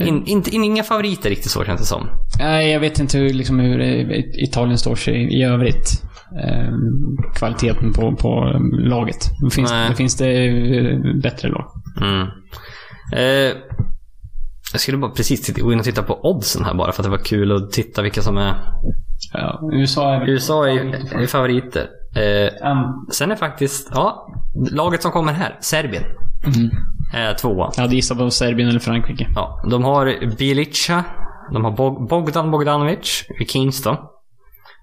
In, inte- in, inga favoriter riktigt så känns det som. Nej, jag vet inte hur, liksom, hur eh, Italien står sig i övrigt. Ehm, kvaliteten på, på eh, laget. Det finns, Nej. det finns det eh, bättre lag. Mm. Eh, jag skulle bara precis titta- gå in och titta på oddsen här bara för att det var kul att titta vilka som är... Ja, USA är väl... USA är, ju- är favoriter. Eh, Am- sen är faktiskt, ja, laget som kommer här, Serbien, Mm. är tvåa. Jag hade gissat på Serbien eller Frankrike. Ja, de har Bilica. De har Bog- Bogdan Bogdanovic i Kings då.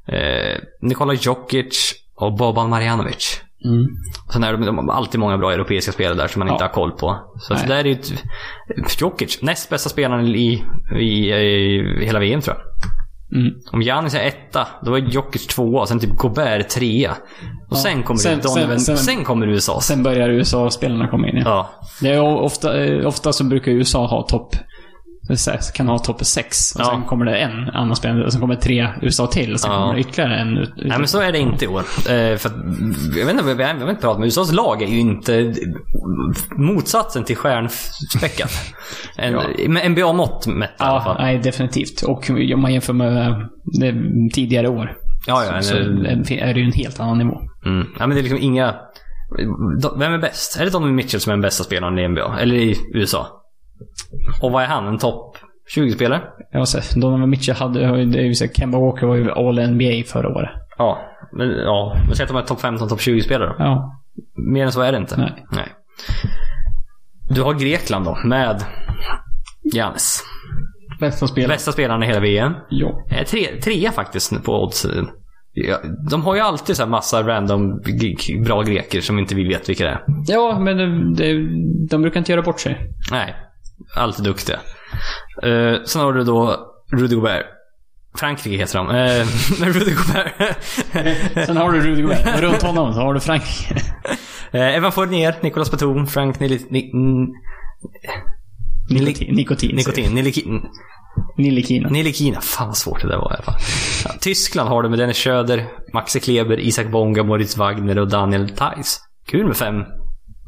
Eh, Nikola Jokic och Boban Marjanovic. Mm. Sen är de, de har alltid många bra europeiska spelare där som man inte Ja. har koll på. Så att Nej. där är ju ett, Jokic, näst bästa spelaren i, i, i hela VM tror jag. Mm. Om Giannis är etta, då är Jokic tvåa och sen typ Gobert trea. Och Ja. sen kommer Sen- Donovan, sen, sen- sen- kommer USA. Sen börjar USA-spelarna komma in. Ja. ja. Det är o- ofta, eh, ofta så brukar USA ha topp... så här, Kan ha topp sex. Och Ja. sen kommer det en annan spelare. Och sen kommer tre USA till. Och sen Ja. kommer det ytterligare en ut. Nej men så är det inte i år. Eh, för att, jag vet inte, vi har vi har inte pratat om USAs lag är ju inte motsatsen till stjärnspäckat. En, Ja. Med NBA-mått mätt i alla Ja, fall. nej, definitivt. Och om man jämför med eh, det tidigare år. Ja, ja, så en- är det ju en helt annan nivå. Mm. Nej men det är liksom inga... de- Vem är bäst? Är det Donovan Mitchell som är den bästa spelaren i NBA? Eller i USA? Och vad är han? En topp 20-spelare? Jag säger, Donovan Mitchell hade, det är ju så här, Kemba Walker var ju All-NBA förra året. Ja. Men, ja. Men säg att de är topp 15, topp 20-spelare då. Ja. Mer än så är det inte. Nej. Du har Grekland då, med Giannis. Bästa spelare. Bästa spelaren i hela VM. Ja. Eh, Tre, trea faktiskt på oddsen. Ja, De har ju alltid så här massa random g- g- bra greker som inte vi vet vilka det är. ja, men det, det, de brukar inte göra bort sig. Nej, alltid duktiga. Uh, sen har du då Rudy Gobert. Frankrike heter de. Eh, Men Rudy Gobert. Sen har du Rudy Gobert. Och runt honom så har du Frankrike. Eh, Evan Fournier, Nicolas Batum, Frank Nili- Ni- N- Nikotin. Nikotin. Nikotin, Nilikin- Nilikina. Nilikina. Fan vad svårt det där var i alla fall. Ja, Tyskland har du med Dennis Schröder, Maxi Kleber, Isak Bonga, Moritz Wagner och Daniel Theis. Kul med fem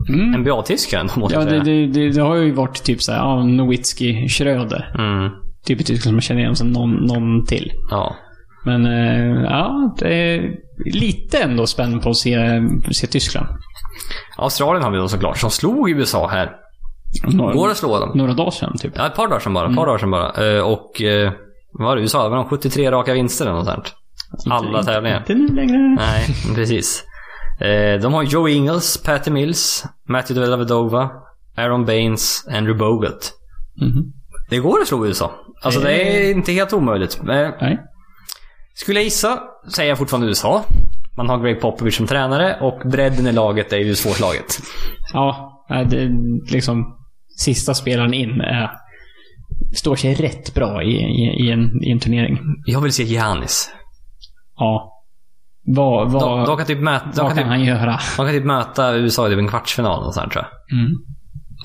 Mm. NBA-tyskare ändå måste Ja, jag säga. det, det, det, det har ju varit typ såhär, ja, Nowitzki, Schröder. Mm, Typ i Tyskland som man känner igen som någon, någon till. ja. Men eh, ja, det är lite ändå spännande på att se, se Tyskland. Australien har vi då såklart, som slog USA här. Går Några, att slå dem. några dagar sedan typ. Ja, ett par dagar sedan bara. Ett par dagar sedan bara. Eh, och eh, vad var det USA? Det var de 73 raka vinster eller något sånt. Alla Inte- tävlingar. Inte nu längre. Nej, precis. Eh, de har Joe Ingles, Patty Mills, Matthew Dellavedova, Aaron Baines, Andrew Bogut. Mhm. Det går att slå USA. Alltså det är inte helt omöjligt. Eh, Nej. Skulle jag gissa, säger jag fortfarande USA. Man har Greg Popovich som tränare och bredden i laget är ju svårslaget. Ja, nej, det är liksom sista spelaren in är står sig rätt bra i, i, i, en, i en turnering. Jag vill se Giannis. Ja. Vad, De, vad, de kan typ mäta... De kan vad kan typ, han göra? de kan typ möta USA i typ en kvartsfinal och sånt, tror jag. Mm.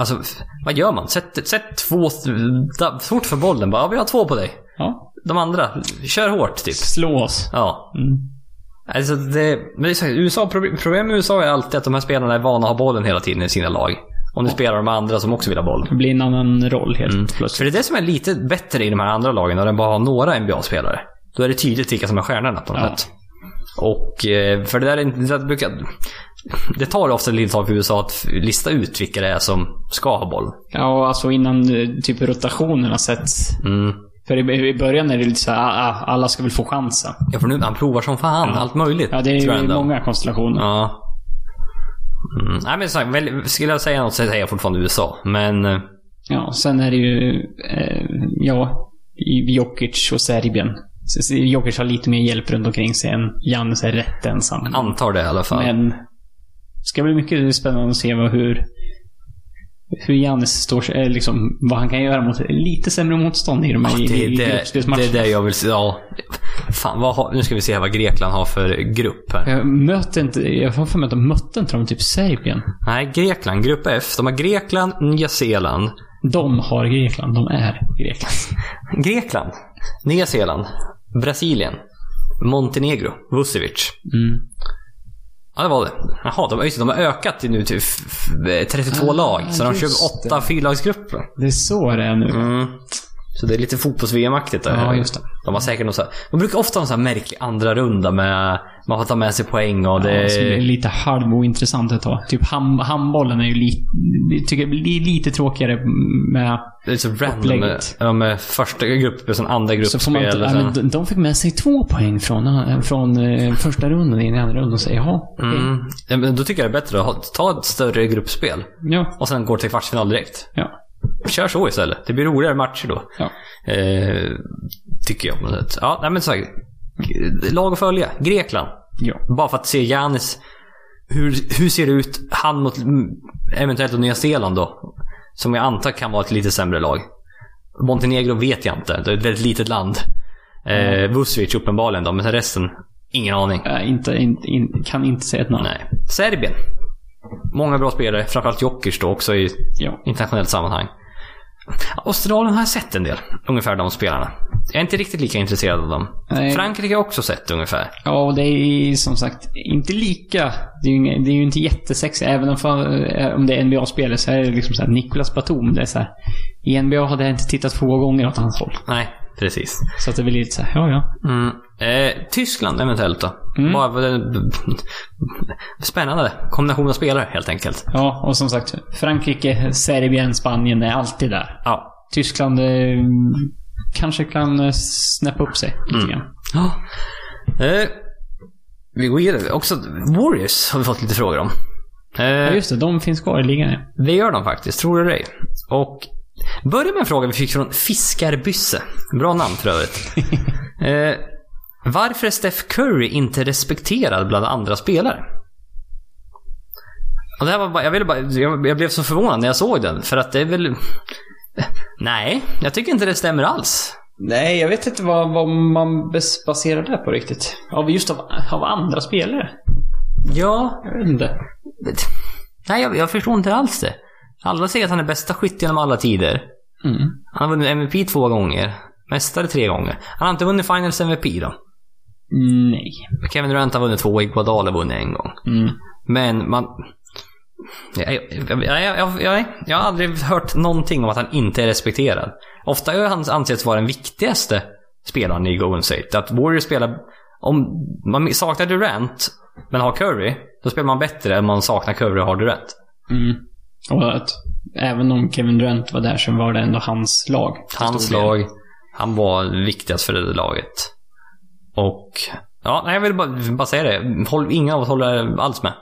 Alltså, f- vad gör man? Sätt, sätt två... da- Fort för bollen bara. Ja, vi har två på dig. Ja. De andra, kör hårt typ. Slå oss. Ja. Mm. Alltså det, men det är så här, USA, proble- problem med USA är alltid att de här spelarna är vana att ha bollen hela tiden i sina lag. Om du spelar de andra som också vill ha boll. Det blir en annan roll helt För plötsligt. det är det som är lite bättre i de här andra lagen, när de bara har några NBA-spelare. Då är det tydligt vilka som är stjärnorna på något Ja. sätt. Och eh, för det där är inte, det, där brukar, det tar ofta lite tag för USA att lista ut vilka det är som ska ha boll. Ja, alltså innan eh, typ rotationerna sätts. Mm. För i, i början är det lite så här, ah, ah, alla ska väl få chansen. Ja, för nu, han provar som fan allt möjligt. Ja, det är tror jag ju ändå. många konstellationer. Ja. Mm. Nej men som sagt, väl, skulle jag säga något så säger jag fortfarande USA. Men eh, Ja, sen är det ju, eh, ja, i Jokic och Serbien. Så- så Jokic har lite mer hjälp runt omkring sig än Jannes är rätt ensam. antar det i alla fall. Men det ska bli mycket spännande att se vad, hur hur Jannes står sig, eh, liksom, vad han kan göra mot lite sämre motstånd i de Ja, här i- det, i det, det är gruppspelsmatcherna. det jag vill se. Ja. Fan, vad har, nu ska vi se här vad Grekland har för grupp här. Jag möter inte, jag har för mig att de mötte inte de typ Serbien. Nej, Grekland. Grupp F. De har Grekland, Nya Zeeland. De har Grekland, de är Grekland. Grekland, Nya Zeeland, Brasilien, Montenegro, Vucevic. Mm. Ja, det var det. Jaha, de, just, det, de har ökat till nu till f- f- 32 Ah, lag. Så de kör just åtta fyrlagsgrupper. Det är så det är nu. Mm. Så det är lite fotbolls-VM-aktigt där. Ja, just det. De har säkert något så här, De brukar ofta ha en sån här märklig andra runda med... Man får ta med sig poäng och det... Ja, som blir lite halv ointressant ett tag. Typ ham, handbollen är ju lite, tycker jag blir lite tråkigare med... Det är så random. Upplägget. Ja, med första gruppen, sen andra gruppen. Så får man inte, och ja, men sen, de- de fick med sig två poäng från, från eh, första rundan in i andra rundan. Så jaha, okej. mm. ja, men då tycker jag det är bättre att ha- ta ett större gruppspel ja, och sen går till kvartsfinal direkt. ja, Kör så istället. Det blir roligare matcher då. ja. Eh, tycker jag. på något sätt. Ja, nej, men så här, g- lag att följa. Grekland. ja. Bara för att se Giannis. Hur, hur ser det ut? Han mot mm, eventuellt Nya Zeeland då. Som jag antar kan vara ett lite sämre lag. Montenegro vet jag inte. Det är ett väldigt litet land. Eh, Vucevic uppenbarligen då, men sen resten. Ingen aning. Äh, inte, in, in, kan inte säga ett namn. Nej. Serbien. Många bra spelare. Framförallt Jokic då också i Ja. internationellt sammanhang. Australien har jag sett en del. Ungefär de spelarna. Jag är inte riktigt lika intresserad av dem. Nej. Frankrike har jag också sett ungefär. ja, och det är som sagt inte lika. Det är ju, inga- det är ju inte jättesexigt. Även om, fan, eh, om det är NBA-spelare så är det liksom så här Nicolas Batum. Det är så här, I NBA hade jag inte tittat två gånger åt hans håll. Nej, precis. Så att det blir lite så här, ja, ja. Mm. Eh, Tyskland eventuellt då. Mm. Bara, för den- spännande kombination av spelare helt enkelt. Ja, och som sagt. Frankrike, Serbien, Spanien är alltid där. Ja. Tyskland eh, kanske kan eh, snäppa upp sig lite Mm. grann. Ja. Eh, vi går vidare. Också Warriors har vi fått lite frågor om. Eh, Ja, just det. De finns kvar i ligan. ja. Det gör de faktiskt, tror du det? Och börja med en fråga vi fick från Fiskarbysse. Bra namn för övrigt. eh, varför är Steph Curry inte respekterad bland andra spelare? Och det här var bara, jag, ville bara, jag, jag blev så förvånad när jag såg den, för att det är väl... Nej, jag tycker inte det stämmer alls. Nej, jag vet inte vad, vad man bas- baserar det på riktigt. Av, just av, av andra spelare. Ja, Jag vet inte. nej jag, jag förstår inte alls det. Alla säger att han är bästa skytt genom alla tider. Mm. Han har vunnit MVP två gånger. Mästare tre gånger. Han har inte vunnit Finals MVP då. Mm, Nej. Kevin Durant har vunnit två, Iguodala har vunnit en gång. Mm. Men man... Jag, jag, jag, jag, jag, jag har aldrig hört någonting om att han inte är respekterad. Ofta har han ansetts vara den viktigaste spelaren i Golden State. Att Warriors spelar... Om man saknar Durant, men har Curry, då spelar man bättre än om man saknar Curry och har Durant. Mm. Och att även om Kevin Durant var där så var det ändå hans lag. till Hans stor del. lag. Han var viktigast för det laget. Och... Ja, nej, jag vill bara, bara säga det. Håll, inga av oss håller alls med.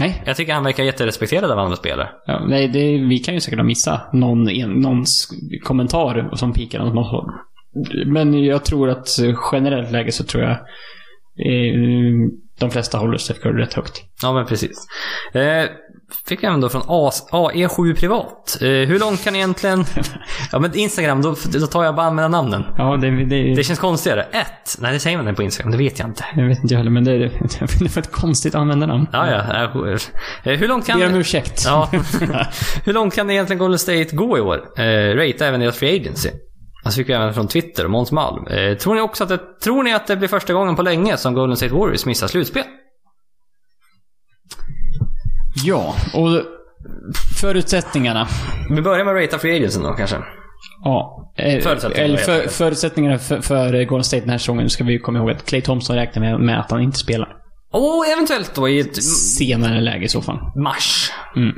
Nej, Jag tycker han verkar jätterespekterad av andra spelare. Ja, nej, det, vi kan ju säkert ha missat någon, en, någons kommentar som pikar åt något håll. Men jag tror att eh, generellt läge så tror jag eh, de flesta håller Steph Curry rätt högt. Ja, men precis. Eh, fick jag ändå från AS, AE7 E privat. Eh, hur långt kan egentligen... Ja men Instagram, då, då tar jag bara använda namnen. Ja, det, det, Det känns konstigare. Ett. Nej, det säger man inte på Instagram. Det vet jag inte. Jag vet inte jag heller, men det är, det är för ett konstigt användarnamn. Ja, ja. Eh, Hur långt kan... Ber om ursäkt. Ja. Hur långt kan egentligen Golden State gå i år? Eh, rate även deras free agency. Alltså fick vi även från Twitter och Måns Malm. Eh, tror ni också att det, tror ni att det blir första gången på länge som Golden State Warriors missar slutspel? ja, och förutsättningarna. Vi börjar med att ratea free agency då kanske. Ja. eh, Förutsättningarna, Eller helt för, enkelt. förutsättningarna för, för Golden State den här säsongen ska vi komma ihåg att Clay Thompson räknar med, med att han inte spelar. Och eventuellt då i ett m- Senare läge i så fall. mars. Mm.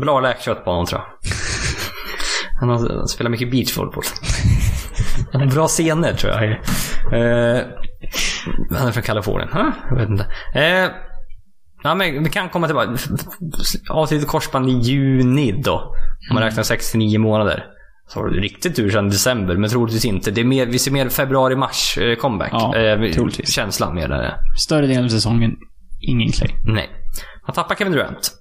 Bra läkkött på honom tror jag. Han har- han spelar mycket beachvolleyboll. Han har bra scener tror jag. Eh, han är från Kalifornien. Huh? Jag vet inte. Eh, ja, men vi kan komma tillbaka. Avslutet korsband i juni då. Om Mm. man räknar 69 månader. Så har du riktigt tur sedan december, men troligtvis inte. Det är mer, vi ser mer februari-mars eh, comeback. Ja, Eh, troligtvis. Känslan mer där. Större delen av säsongen, ingen Clay. Nej. Han tappar Kevin Durant.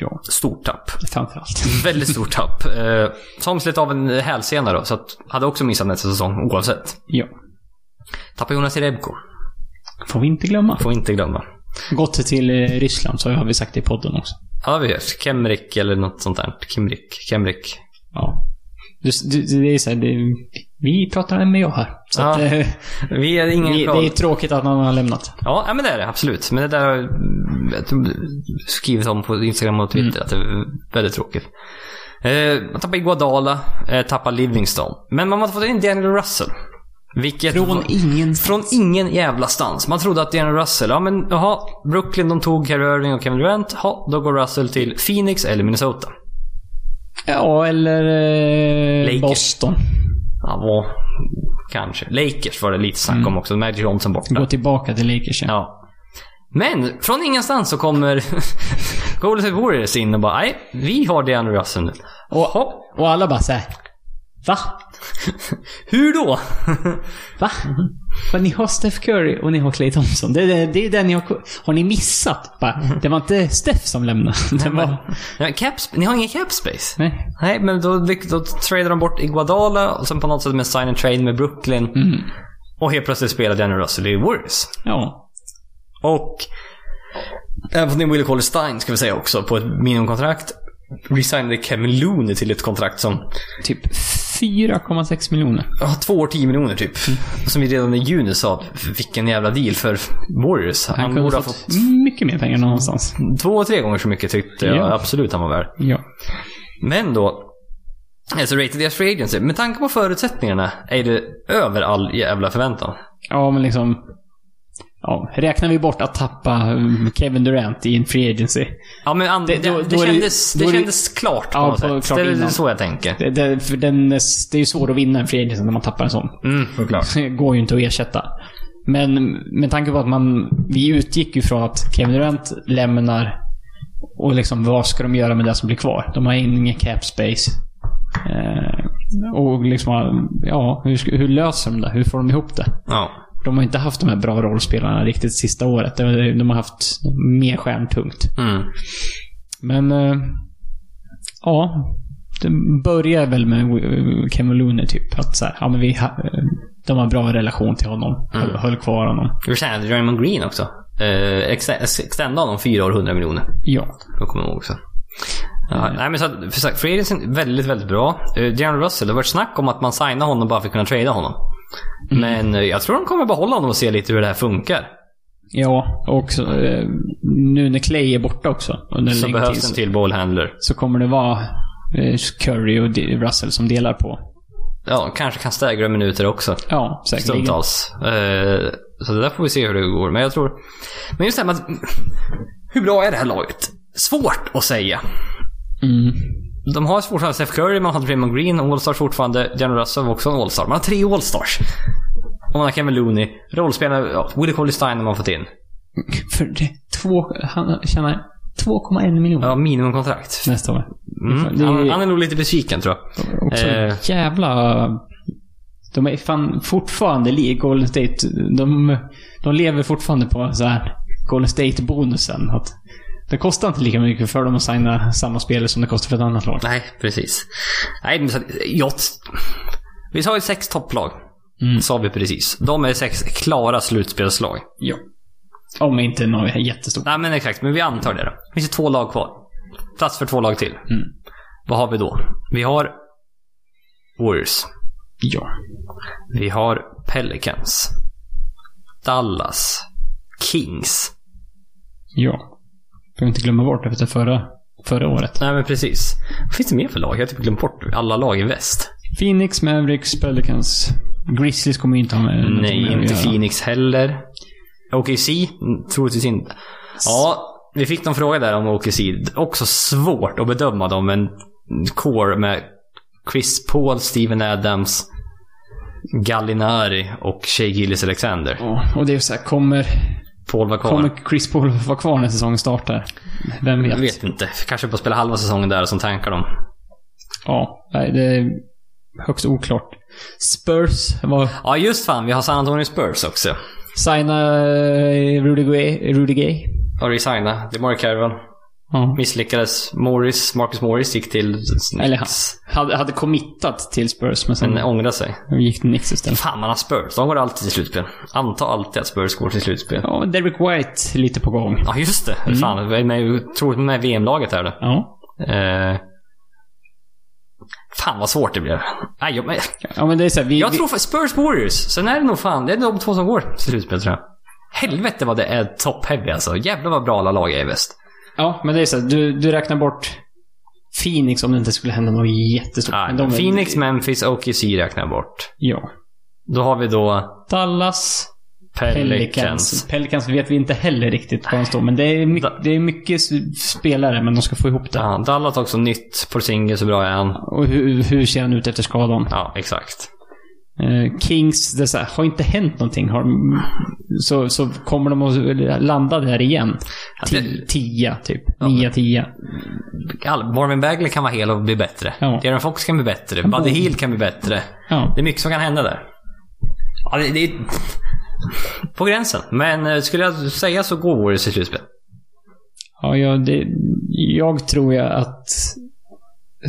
Ja, Stort tapp. framförallt. Väldigt stort tapp. Eh, som slet av en hälsena då, så att, hade också missat nästa säsong oavsett. Ja. Tappar Jonas Jerebko. Får vi inte glömma. Får inte glömma. Gått till eh, Ryssland, så har vi sagt det i podden också. Ja, vi hörs. Kemrik eller något sånt där. Kimrik. Kemrik. Ja. Du- du- Det är så här, det, vi pratar med jag här. Så Ja, att, eh, Vi är ingen vi, vi, det är tråkigt att någon har lämnat. Ja, ja, men det är det. Absolut. Men det där har jag skrivit om på Instagram och Twitter. Att det är väldigt tråkigt. Eh, man tappar Iguadala. Eh, tappar Livingston. Men man har fått in Daniel Russell. Vilket... Från ingen... Från ingen jävla stans. Man trodde att Daniel Russell, ja men jaha, Brooklyn de tog Kyrie Irving och Kevin Durant. Ja, då går Russell till Phoenix eller Minnesota. Ja, eller eh, Lakers. Boston. Ja, vad- kanske. Lakers var det lite snack om också. Magic Johnson Gå borta. tillbaka till Lakers. Ja. Ja. Men från ingenstans så kommer Golden State Warriors in och bara, nej, vi har Daniel Russell nu. Och, och alla bara såhär. Va? Hur då? Va? Men ni har Steph Curry och ni har Clay Thompson. Det, det, det är den jag Har ni missat? Bara, det var inte Steph som lämnade. Det var... Ja, Caps, ni har ingen cap space? Nej. Nej, men då, då tradar de bort Iguadala och sen på något sätt med sign and trade med Brooklyn. Och helt plötsligt spelar Daniel Russell i Warriors. Ja. Och även fått in Willie Cauley Stein ska vi säga också på ett minimumkontrakt. Resignade Kevin Looney till ett kontrakt som, Typ 4,6 miljoner. ja, två år 10 miljoner typ. Som vi redan i juni sa, vilken jävla deal för Warriors. Han, Han kunde borde ha ha fått mycket mer pengar någonstans. två, tre gånger så mycket tyckte jag Ja. absolut han var värd. Ja. Men då, alltså rated deras free agency. Med tanke på förutsättningarna är det över all jävla förväntan. Ja, men liksom... Ja, räknar vi bort att tappa mm, Kevin Durant i en free agency. Ja men and, det, då- det, då är det- kändes, då det är det- kändes klart på Ja, något på- sätt. klart det är innan. så jag tänker. Det, det, för den, det är ju svårt att vinna en free agency när man tappar en sån. Mm, såklart. Det går ju inte att ersätta. Men med tanke på att man... Vi utgick ju från att Kevin Durant lämnar och liksom vad ska de göra med det som blir kvar? De har ingen cap space. Eh, och liksom, ja, hur, ska- hur löser de det? Hur får de ihop det? Ja. De har inte haft de här bra rollspelarna riktigt sista året. De de har haft mer stjärntungt. Mm. Men... eh, Ja. Det börjar väl med eh, Kevin Looney typ. Att så här, ja men vi ha, eh, De har en bra relation till honom. Mm. Höll, höll kvar honom. Vi tjänade Draymond Green också. Eh, ex- Extenda honom 4 år 100 miljoner. Ja. Jag kommer ihåg också. Ja, Mm. Nej men så att, för sagt, free agency är väldigt, väldigt bra. Uh, Daniel Russell, det har varit snack om att man signar honom bara för att kunna trada honom. Mm. Men eh, jag tror de kommer behålla honom och se lite hur det här funkar. Ja, och så, eh, nu när Clay är borta också. Under en Så längre tid, behövs en så, till ballhandler. så kommer det vara eh, Curry och D- Russell som delar på. Ja, kanske kan staggra minuter också. Ja, säkerligen. Stundtals. Eh, så det där får vi se hur det går. Men jag tror... Men just det här med att... Hur bra är det här laget? Svårt att säga. Mm. De har fortfarande Steph Curry, man har Draymond Green, All-Stars fortfarande. Daniel Russell var också en All-Star. Man har tre All-Stars. Och man har Kevin Looney. Rollspelarna, ja, Willie Colley Stein har man fått in. För det, två, han tjänar 2,1 miljoner Ja, minimumkontrakt. nästa år. Mm. Det är- Han, han är nog lite besviken tror jag. Också Eh. jävla... De är fan fortfarande li- Golden State. De, de lever fortfarande på så här Golden State-bonusen. Att Det kostar inte lika mycket för dem att signa samma spelare som det kostar för ett annat lag. Nej, precis. Nej, men så att, jag... Vi sa ju sex topplag. Mm. Sa vi precis. De är sex klara slutspelslag. Ja. Om inte något jättestort. Nej, men exakt. Men vi antar det då. Det finns ju två lag kvar. Plats för två lag till. Mm. Vad har vi då? Vi har Warriors. Ja. Vi har Pelicans. Dallas. Kings. Ja. Får inte glömma bort efter förra, förra året. Nej, men precis. Vad finns det mer för lag? Jag har typ glömt bort alla lag i väst. Phoenix, Mavericks, Pelicans. Grizzlies kommer ju inte ha med någonting Nej, med att inte göra. Phoenix heller. OKC? Mm, Troligtvis inte. Ja, vi fick någon fråga där om OKC. Också svårt att bedöma dem, men core med Chris Paul, Steven Adams, Gallinari och Shea Gillis Alexander. Ja, och det är ju så här, kommer, Paul var kvar. kommer Chris Paul vara kvar när säsongen startar? Vem Jag vet? vet inte. Kanske bara spela halva säsongen där och sen tankar de. Ja, nej, det är högst oklart. Spurs var... Ja, just fan. Vi har San Antonio Spurs också. Signa eh, Rudy Gay. Rudy Gay. Och resigna. Det är Mark Carvan. Ja. Misslyckades. Morris, Marcus Morris gick till Eller han Knicks. hade, hade committat till Spurs, men sen Men ångrade sig. gick det Nix istället. Fan, man har Spurs. De går alltid till slutspel. Anta alltid att Spurs går till slutspel. Ja, Derek White lite på gång. Ja, just det. Mm. Fan, vi är med, troligt med i VM-laget här då. Ja. Eh, fan vad svårt det blev. Nej, jag, men, Ja, men det är så här, vi, jag vi, tror för Spurs Warriors. Sen är det nog fan, det är de två som går till slutspel tror jag. Helvete vad det är top-heavy alltså. Jävlar vad bra alla lag är i väst. Ja, men det är så här, du, du räknar bort Phoenix om det inte skulle hända något jättestort. Nej, Men de är- Phoenix, Memphis, OKC räknar jag bort. Ja. Då har vi då Dallas, Pelicans. Pelicans. Pelicans vet vi inte heller riktigt var de står, men det är, my- Da- det är mycket s- spelare, men de ska få ihop det. Ja, Dallas också nytt. Porzingis, hur bra är han? Och hur, hur ser han ut efter skadan? Ja, exakt. Eh, Kings, det är så här, har inte hänt någonting. Har, de- så, så kommer de att landa där igen. Ti- det- Tia, typ. Nia, tia. All, Marvin Bagley kan vara hel och bli bättre. Ja. Darren Fox kan bli bättre. Buddy Hill kan bli bättre. Ja. Det är mycket som kan hända där. Ja, det, det är på gränsen. Men eh, skulle jag säga så går Warriors i slutspel. Ja, jag, det, jag tror jag att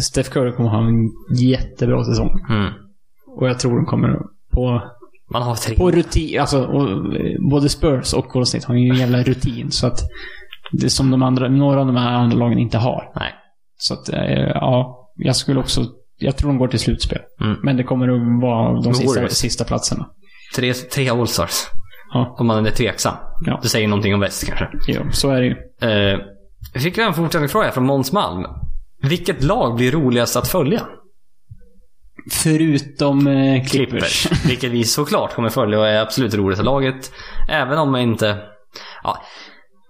Steph Curry kommer ha en jättebra säsong. Mm. Och jag tror de kommer på, Man har tre. på rutin. Alltså, och, eh, både Spurs och Golden State har ju en jävla rutin. Så att det är som de andra, några av de här andra lagen inte har. Nej. Så att, eh, ja, jag skulle också... Jag tror de går till slutspel. Mm. Men det kommer att vara de Men sista, Warriors. sista platserna. Tre, tre Allstars. Ja. Om man är tveksam. Ja. Det säger någonting om väst kanske. ja, så är det ju. Eh, vi fick en fortsättningsfråga från Måns Malm. Vilket lag blir roligast att följa? Förutom eh, Clippers. Clippers. Vilket vi såklart kommer följa och är absolut roligaste laget. Även om jag inte... Ja,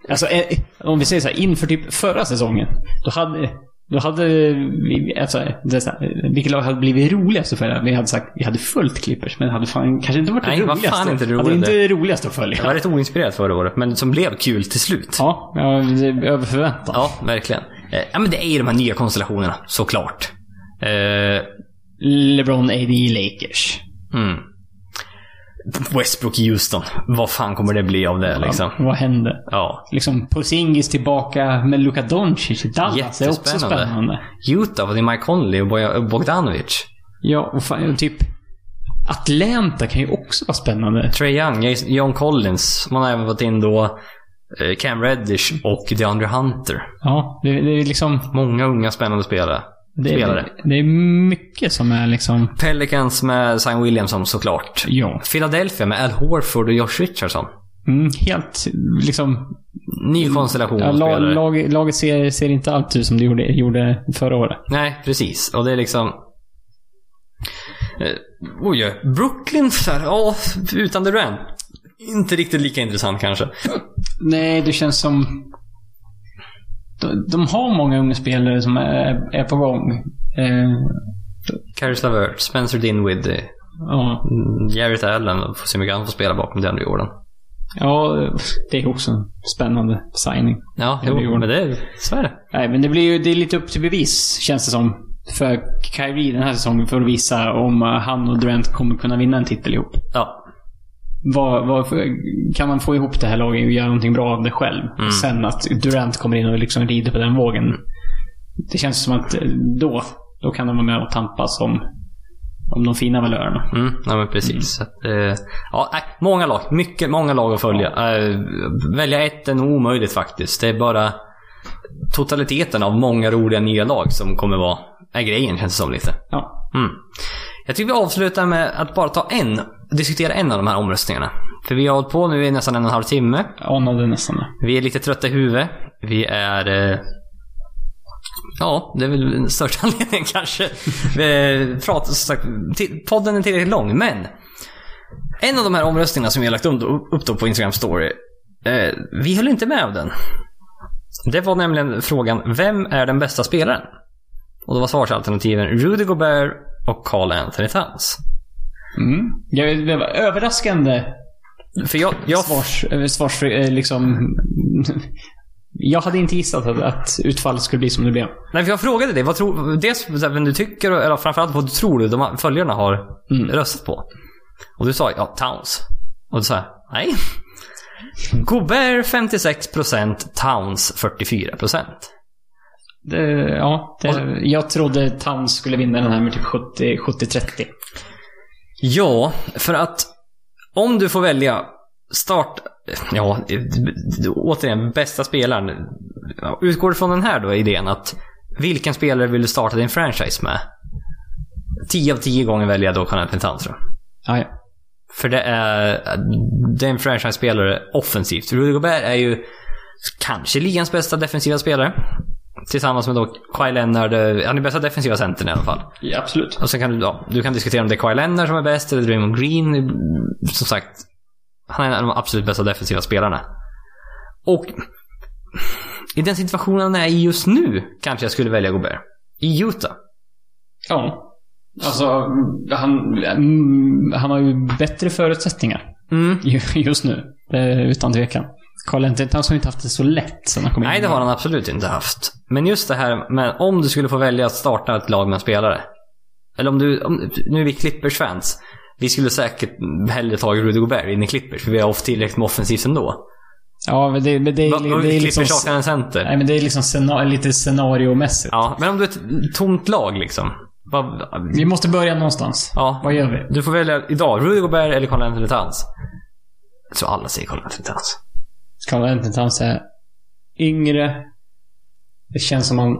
Alltså, eh, om vi säger så här, inför typ förra säsongen. Då hade, då hade vi, alltså, det är så här, vilket lag hade blivit roligast att följa? Vi hade sagt, vi hade följt Clippers, men det hade fan kanske inte varit det Nej, vad fan roligaste. inte det hade roligaste. inte det roligaste att följa. Jag var rätt oinspirerad förra året, men som blev kul till slut. Ja, Ja, ja det är över förväntan. verkligen. Eh, Ja, men det är ju de här nya konstellationerna, såklart. Eh, LeBron, AD, Lakers. mm. Westbrook Houston. Vad fan kommer det bli av det liksom? Ja, vad hände? Ja. Liksom, Porzingis tillbaka med Luka Doncic i Dallas. Det är också Jättespännande. spännande. Utah, det är Mike Conley och Boja- Bogdanovic. Ja, och fan, och typ Atlanta kan ju också vara spännande. Trey Young, Jason- John Collins. Man har även fått in då eh, Cam Reddish och DeAndre Hunter. Ja, det, det är liksom... Många unga spännande spelare. Det spelare. är, det är mycket som är liksom... Pelicans med Zion Williamson såklart. Ja. Philadelphia med Al Horford och Josh Richardson. Mm, helt liksom... Ny konstellation Ja, av la, spelare. lag, laget ser, ser inte allt ut som det gjorde, gjorde förra året. Nej, precis. Och det är liksom... Eh, Oj, oj. Brooklyn, så här, ja, utan Durant. Inte riktigt lika intressant kanske. Nej, det känns som... De, de har många unga spelare som är, är på gång. Eh, Caris LeVert, Spencer Dinwiddie, ja. mm, Jarrett Allen. Får se hur mycket han får spela bakom DeAndre Jordan. ja, det är också en spännande signing. Ja, Ja, det jo, gjorde men det är... Så är det. Nej, men det blir ju det är lite upp till bevis, känns det som. För Kyrie den här säsongen för att visa om eh, han och Durant kommer kunna vinna en titel ihop. Ja. vad, vad, kan man få ihop det här laget och göra någonting bra av det själv? Mm. Sen att Durant kommer in och liksom rider på den vågen. Det känns som att eh, då, då kan de vara med och tampas om, om de fina valörerna. Mm, nej men precis. Så att, eh, ja, nej, många lag. Mycket, många lag att följa. Eh, välja ett är nog omöjligt faktiskt. Det är bara totaliteten av många roliga nya lag som kommer vara är grejen känns det som lite. Ja. Mm. Jag tycker vi avslutar med att bara ta en, diskutera en av de här omröstningarna. För vi har hållit på nu i nästan en och en halv timme. Jag anade nästan det. Vi är lite trötta i huvudet. Vi är... Eh, ja, det är väl den största anledningen kanske. Vi pratar, som sagt, till- podden är tillräckligt lång, men... En av de här omröstningarna som vi har lagt upp, upp då på Instagram story. Eh, vi höll inte med om den. Det var nämligen frågan, vem är den bästa spelaren? Och då var svarsalternativen Rudy Gobert och Carl Anthony Towns. Mm. Jag, det var överraskande För jag, jag svars... eh, svars eh, liksom, jag hade inte gissat att, att utfallet skulle bli som det blev. Nej, för jag frågade dig. Vad tror, dels så här, vem du tycker, och- eller framförallt vad du tror du de här följarna har Mm. röstat på. Och du sa ja, Towns. Och du sa nej. Gobert 56%, Towns 44%. Det, ja, det, jag trodde Towns skulle vinna den här med typ 70 70-30. Ja, för att om du får välja start... Ja, återigen, bästa spelaren. Ja, Utgår du från den här då, idén att vilken spelare vill du starta din franchise med? 10 av 10 gånger väljer jag då Jonathan Towns tror jag. Ja, ja. För det är, det är en franchise-spelare offensivt. Rudy Gobert är ju kanske ligans bästa defensiva spelare. Tillsammans med då Kawhi Leonard. eh, Han är bästa defensiva centern i alla fall. Ja, absolut. Och sen kan du, ja, du kan diskutera om det är Kawhi Leonard som är bäst eller Draymond Green. Som sagt, han är en av de absolut bästa defensiva spelarna. Och i den situationen han är i just nu kanske jag skulle välja Gobert. I Utah. Ja. Alltså, han, mm, han har ju bättre förutsättningar Mm. ju- just nu. Det är utan tvekan. Carl Anthony Towns har ju inte haft det så lätt sen han kom in. Nej, det har han absolut inte haft. Men just det här med om du skulle få välja att starta ett lag med en spelare. Eller om du, om, nu är vi Clippers-fans. Vi skulle säkert hellre tagit Rudy Gobert in i Clippers, för vi har haft tillräckligt med offensivt ändå. Ja, men det, men det, Va- är- va- det är Clippers liksom... saknar en center. Nej, men det är liksom scena- lite scenariomässigt. Ja, men om du är ett tomt lag liksom. Vad- Vi måste börja någonstans. Ja, Vad gör vi? du får välja idag. Rudy Gobert eller Karl-Anthony Towns. Jag tror alla säger Karl-Anthony Towns. Carl Anthony Towns är yngre. Det känns som han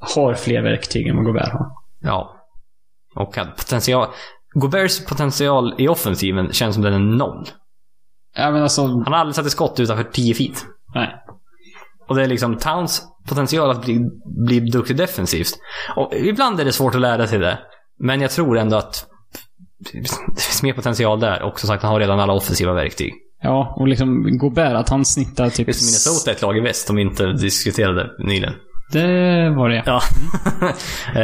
har fler verktyg än vad Gobert har. Ja. Och att potential... Goberts potential i offensiven känns som den är noll. Ja, men alltså... Han har aldrig satt ett skott utanför 10 feet. Nej. Och det är liksom Towns potential att bli, bli duktig defensivt. Och ibland är det svårt att lära sig det. Men jag tror ändå att det finns mer potential där. Och som sagt, han har redan alla offensiva verktyg. Ja, och liksom Gobert, att han snittar typ... Just Minnesota är ett lag i väst som vi inte diskuterade nyligen. Det var det. Ja. eh,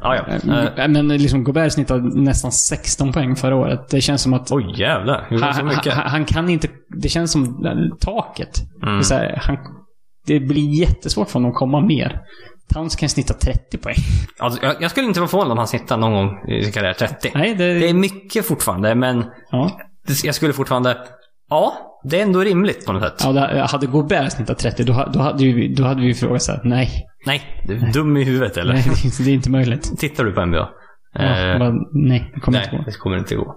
ja, ja. Eh, Eh, Men liksom Gobert snittade nästan 16 poäng förra året. Det känns som att... oj jävlar. Gjorde han så han, mycket? han, han kan inte... Det känns som eh, taket. Mm. Det, är så här, han, det blir jättesvårt för honom att komma mer. Towns kan snitta 30 poäng. Alltså, jag, jag skulle inte vara förvånad om han snittar någon gång i sin karriär 30. Nej, det... Det är mycket fortfarande, men ja. det- jag skulle fortfarande... Ja, det är ändå rimligt på något sätt. Ja, det, hade Gobert snittat 30, då, ha- då, hade, vi, då hade vi frågat så här, nej. Nej, du är dum i huvudet eller? nej det, är inte- det är inte möjligt. Tittar du på NBA? Ja, Eh, bara, nej, det kommer inte nej, gå. det kommer inte gå.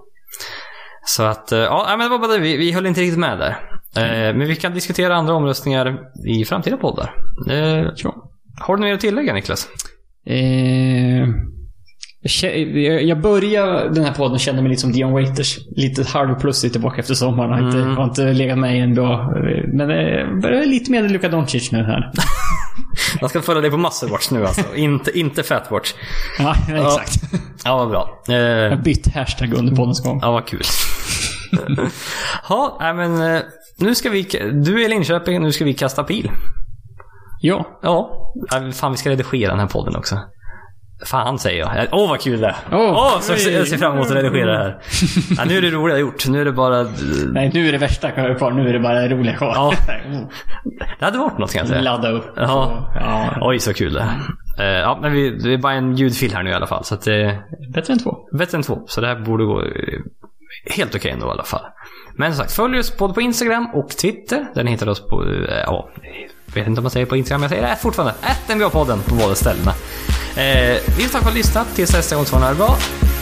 Så att, eh, ja, nej, men det var bara det. Vi, vi höll inte riktigt med där. Eh, men vi kan diskutera andra omröstningar i framtida poddar. Eh, Ja. har du något mer att tillägga Niklas? Eh, jag kä- jag- jag börjar den här podden känna mig lite som Dion Waiters. Lite halvplussig tillbaka efter sommaren. Har inte, Mm. har inte legat med i en bra... Men eh, börjar lite mer Luka Doncic nu här. Jag ska följa dig på Musclewatch nu alltså. inte, inte Fatwatch. ja, exakt. Ja, vad bra. Eh, Jag har bytt hashtag under poddens gång. ja, vad kul. ja, nej, men eh, nu ska vi... Du är i Linköping, nu ska vi kasta pil. Ja. Ja. Nej, Fan, vi ska redigera den här podden också. Fan säger jag. Åh, vad kul det är. Åh, Åh. så jag ser- jag ser fram emot att redigera det här. Ja, nu är det roliga gjort. Nu är det bara... Nej, nu är det värsta kvar. Nu är det bara det roliga kvar. Ja. Det hade varit något kan jag säga. Ladda upp. Ja. ja. Oj, så kul det är. Eh, Ja, men vi, det är bara en ljudfil här nu i alla fall. Så att, eh, Bättre än två. bättre än två. Så det här borde gå eh, helt okej ändå i alla fall. Men som sagt, följ oss både på Instagram och Twitter. Där ni hittar oss på, eh, ja, jag vet inte om man säger på Instagram, men jag säger det fortfarande. Att podden på båda ställena. Eh, vi tackar för att ni har lyssnat. Tills nästa gång så får ni ha det bra.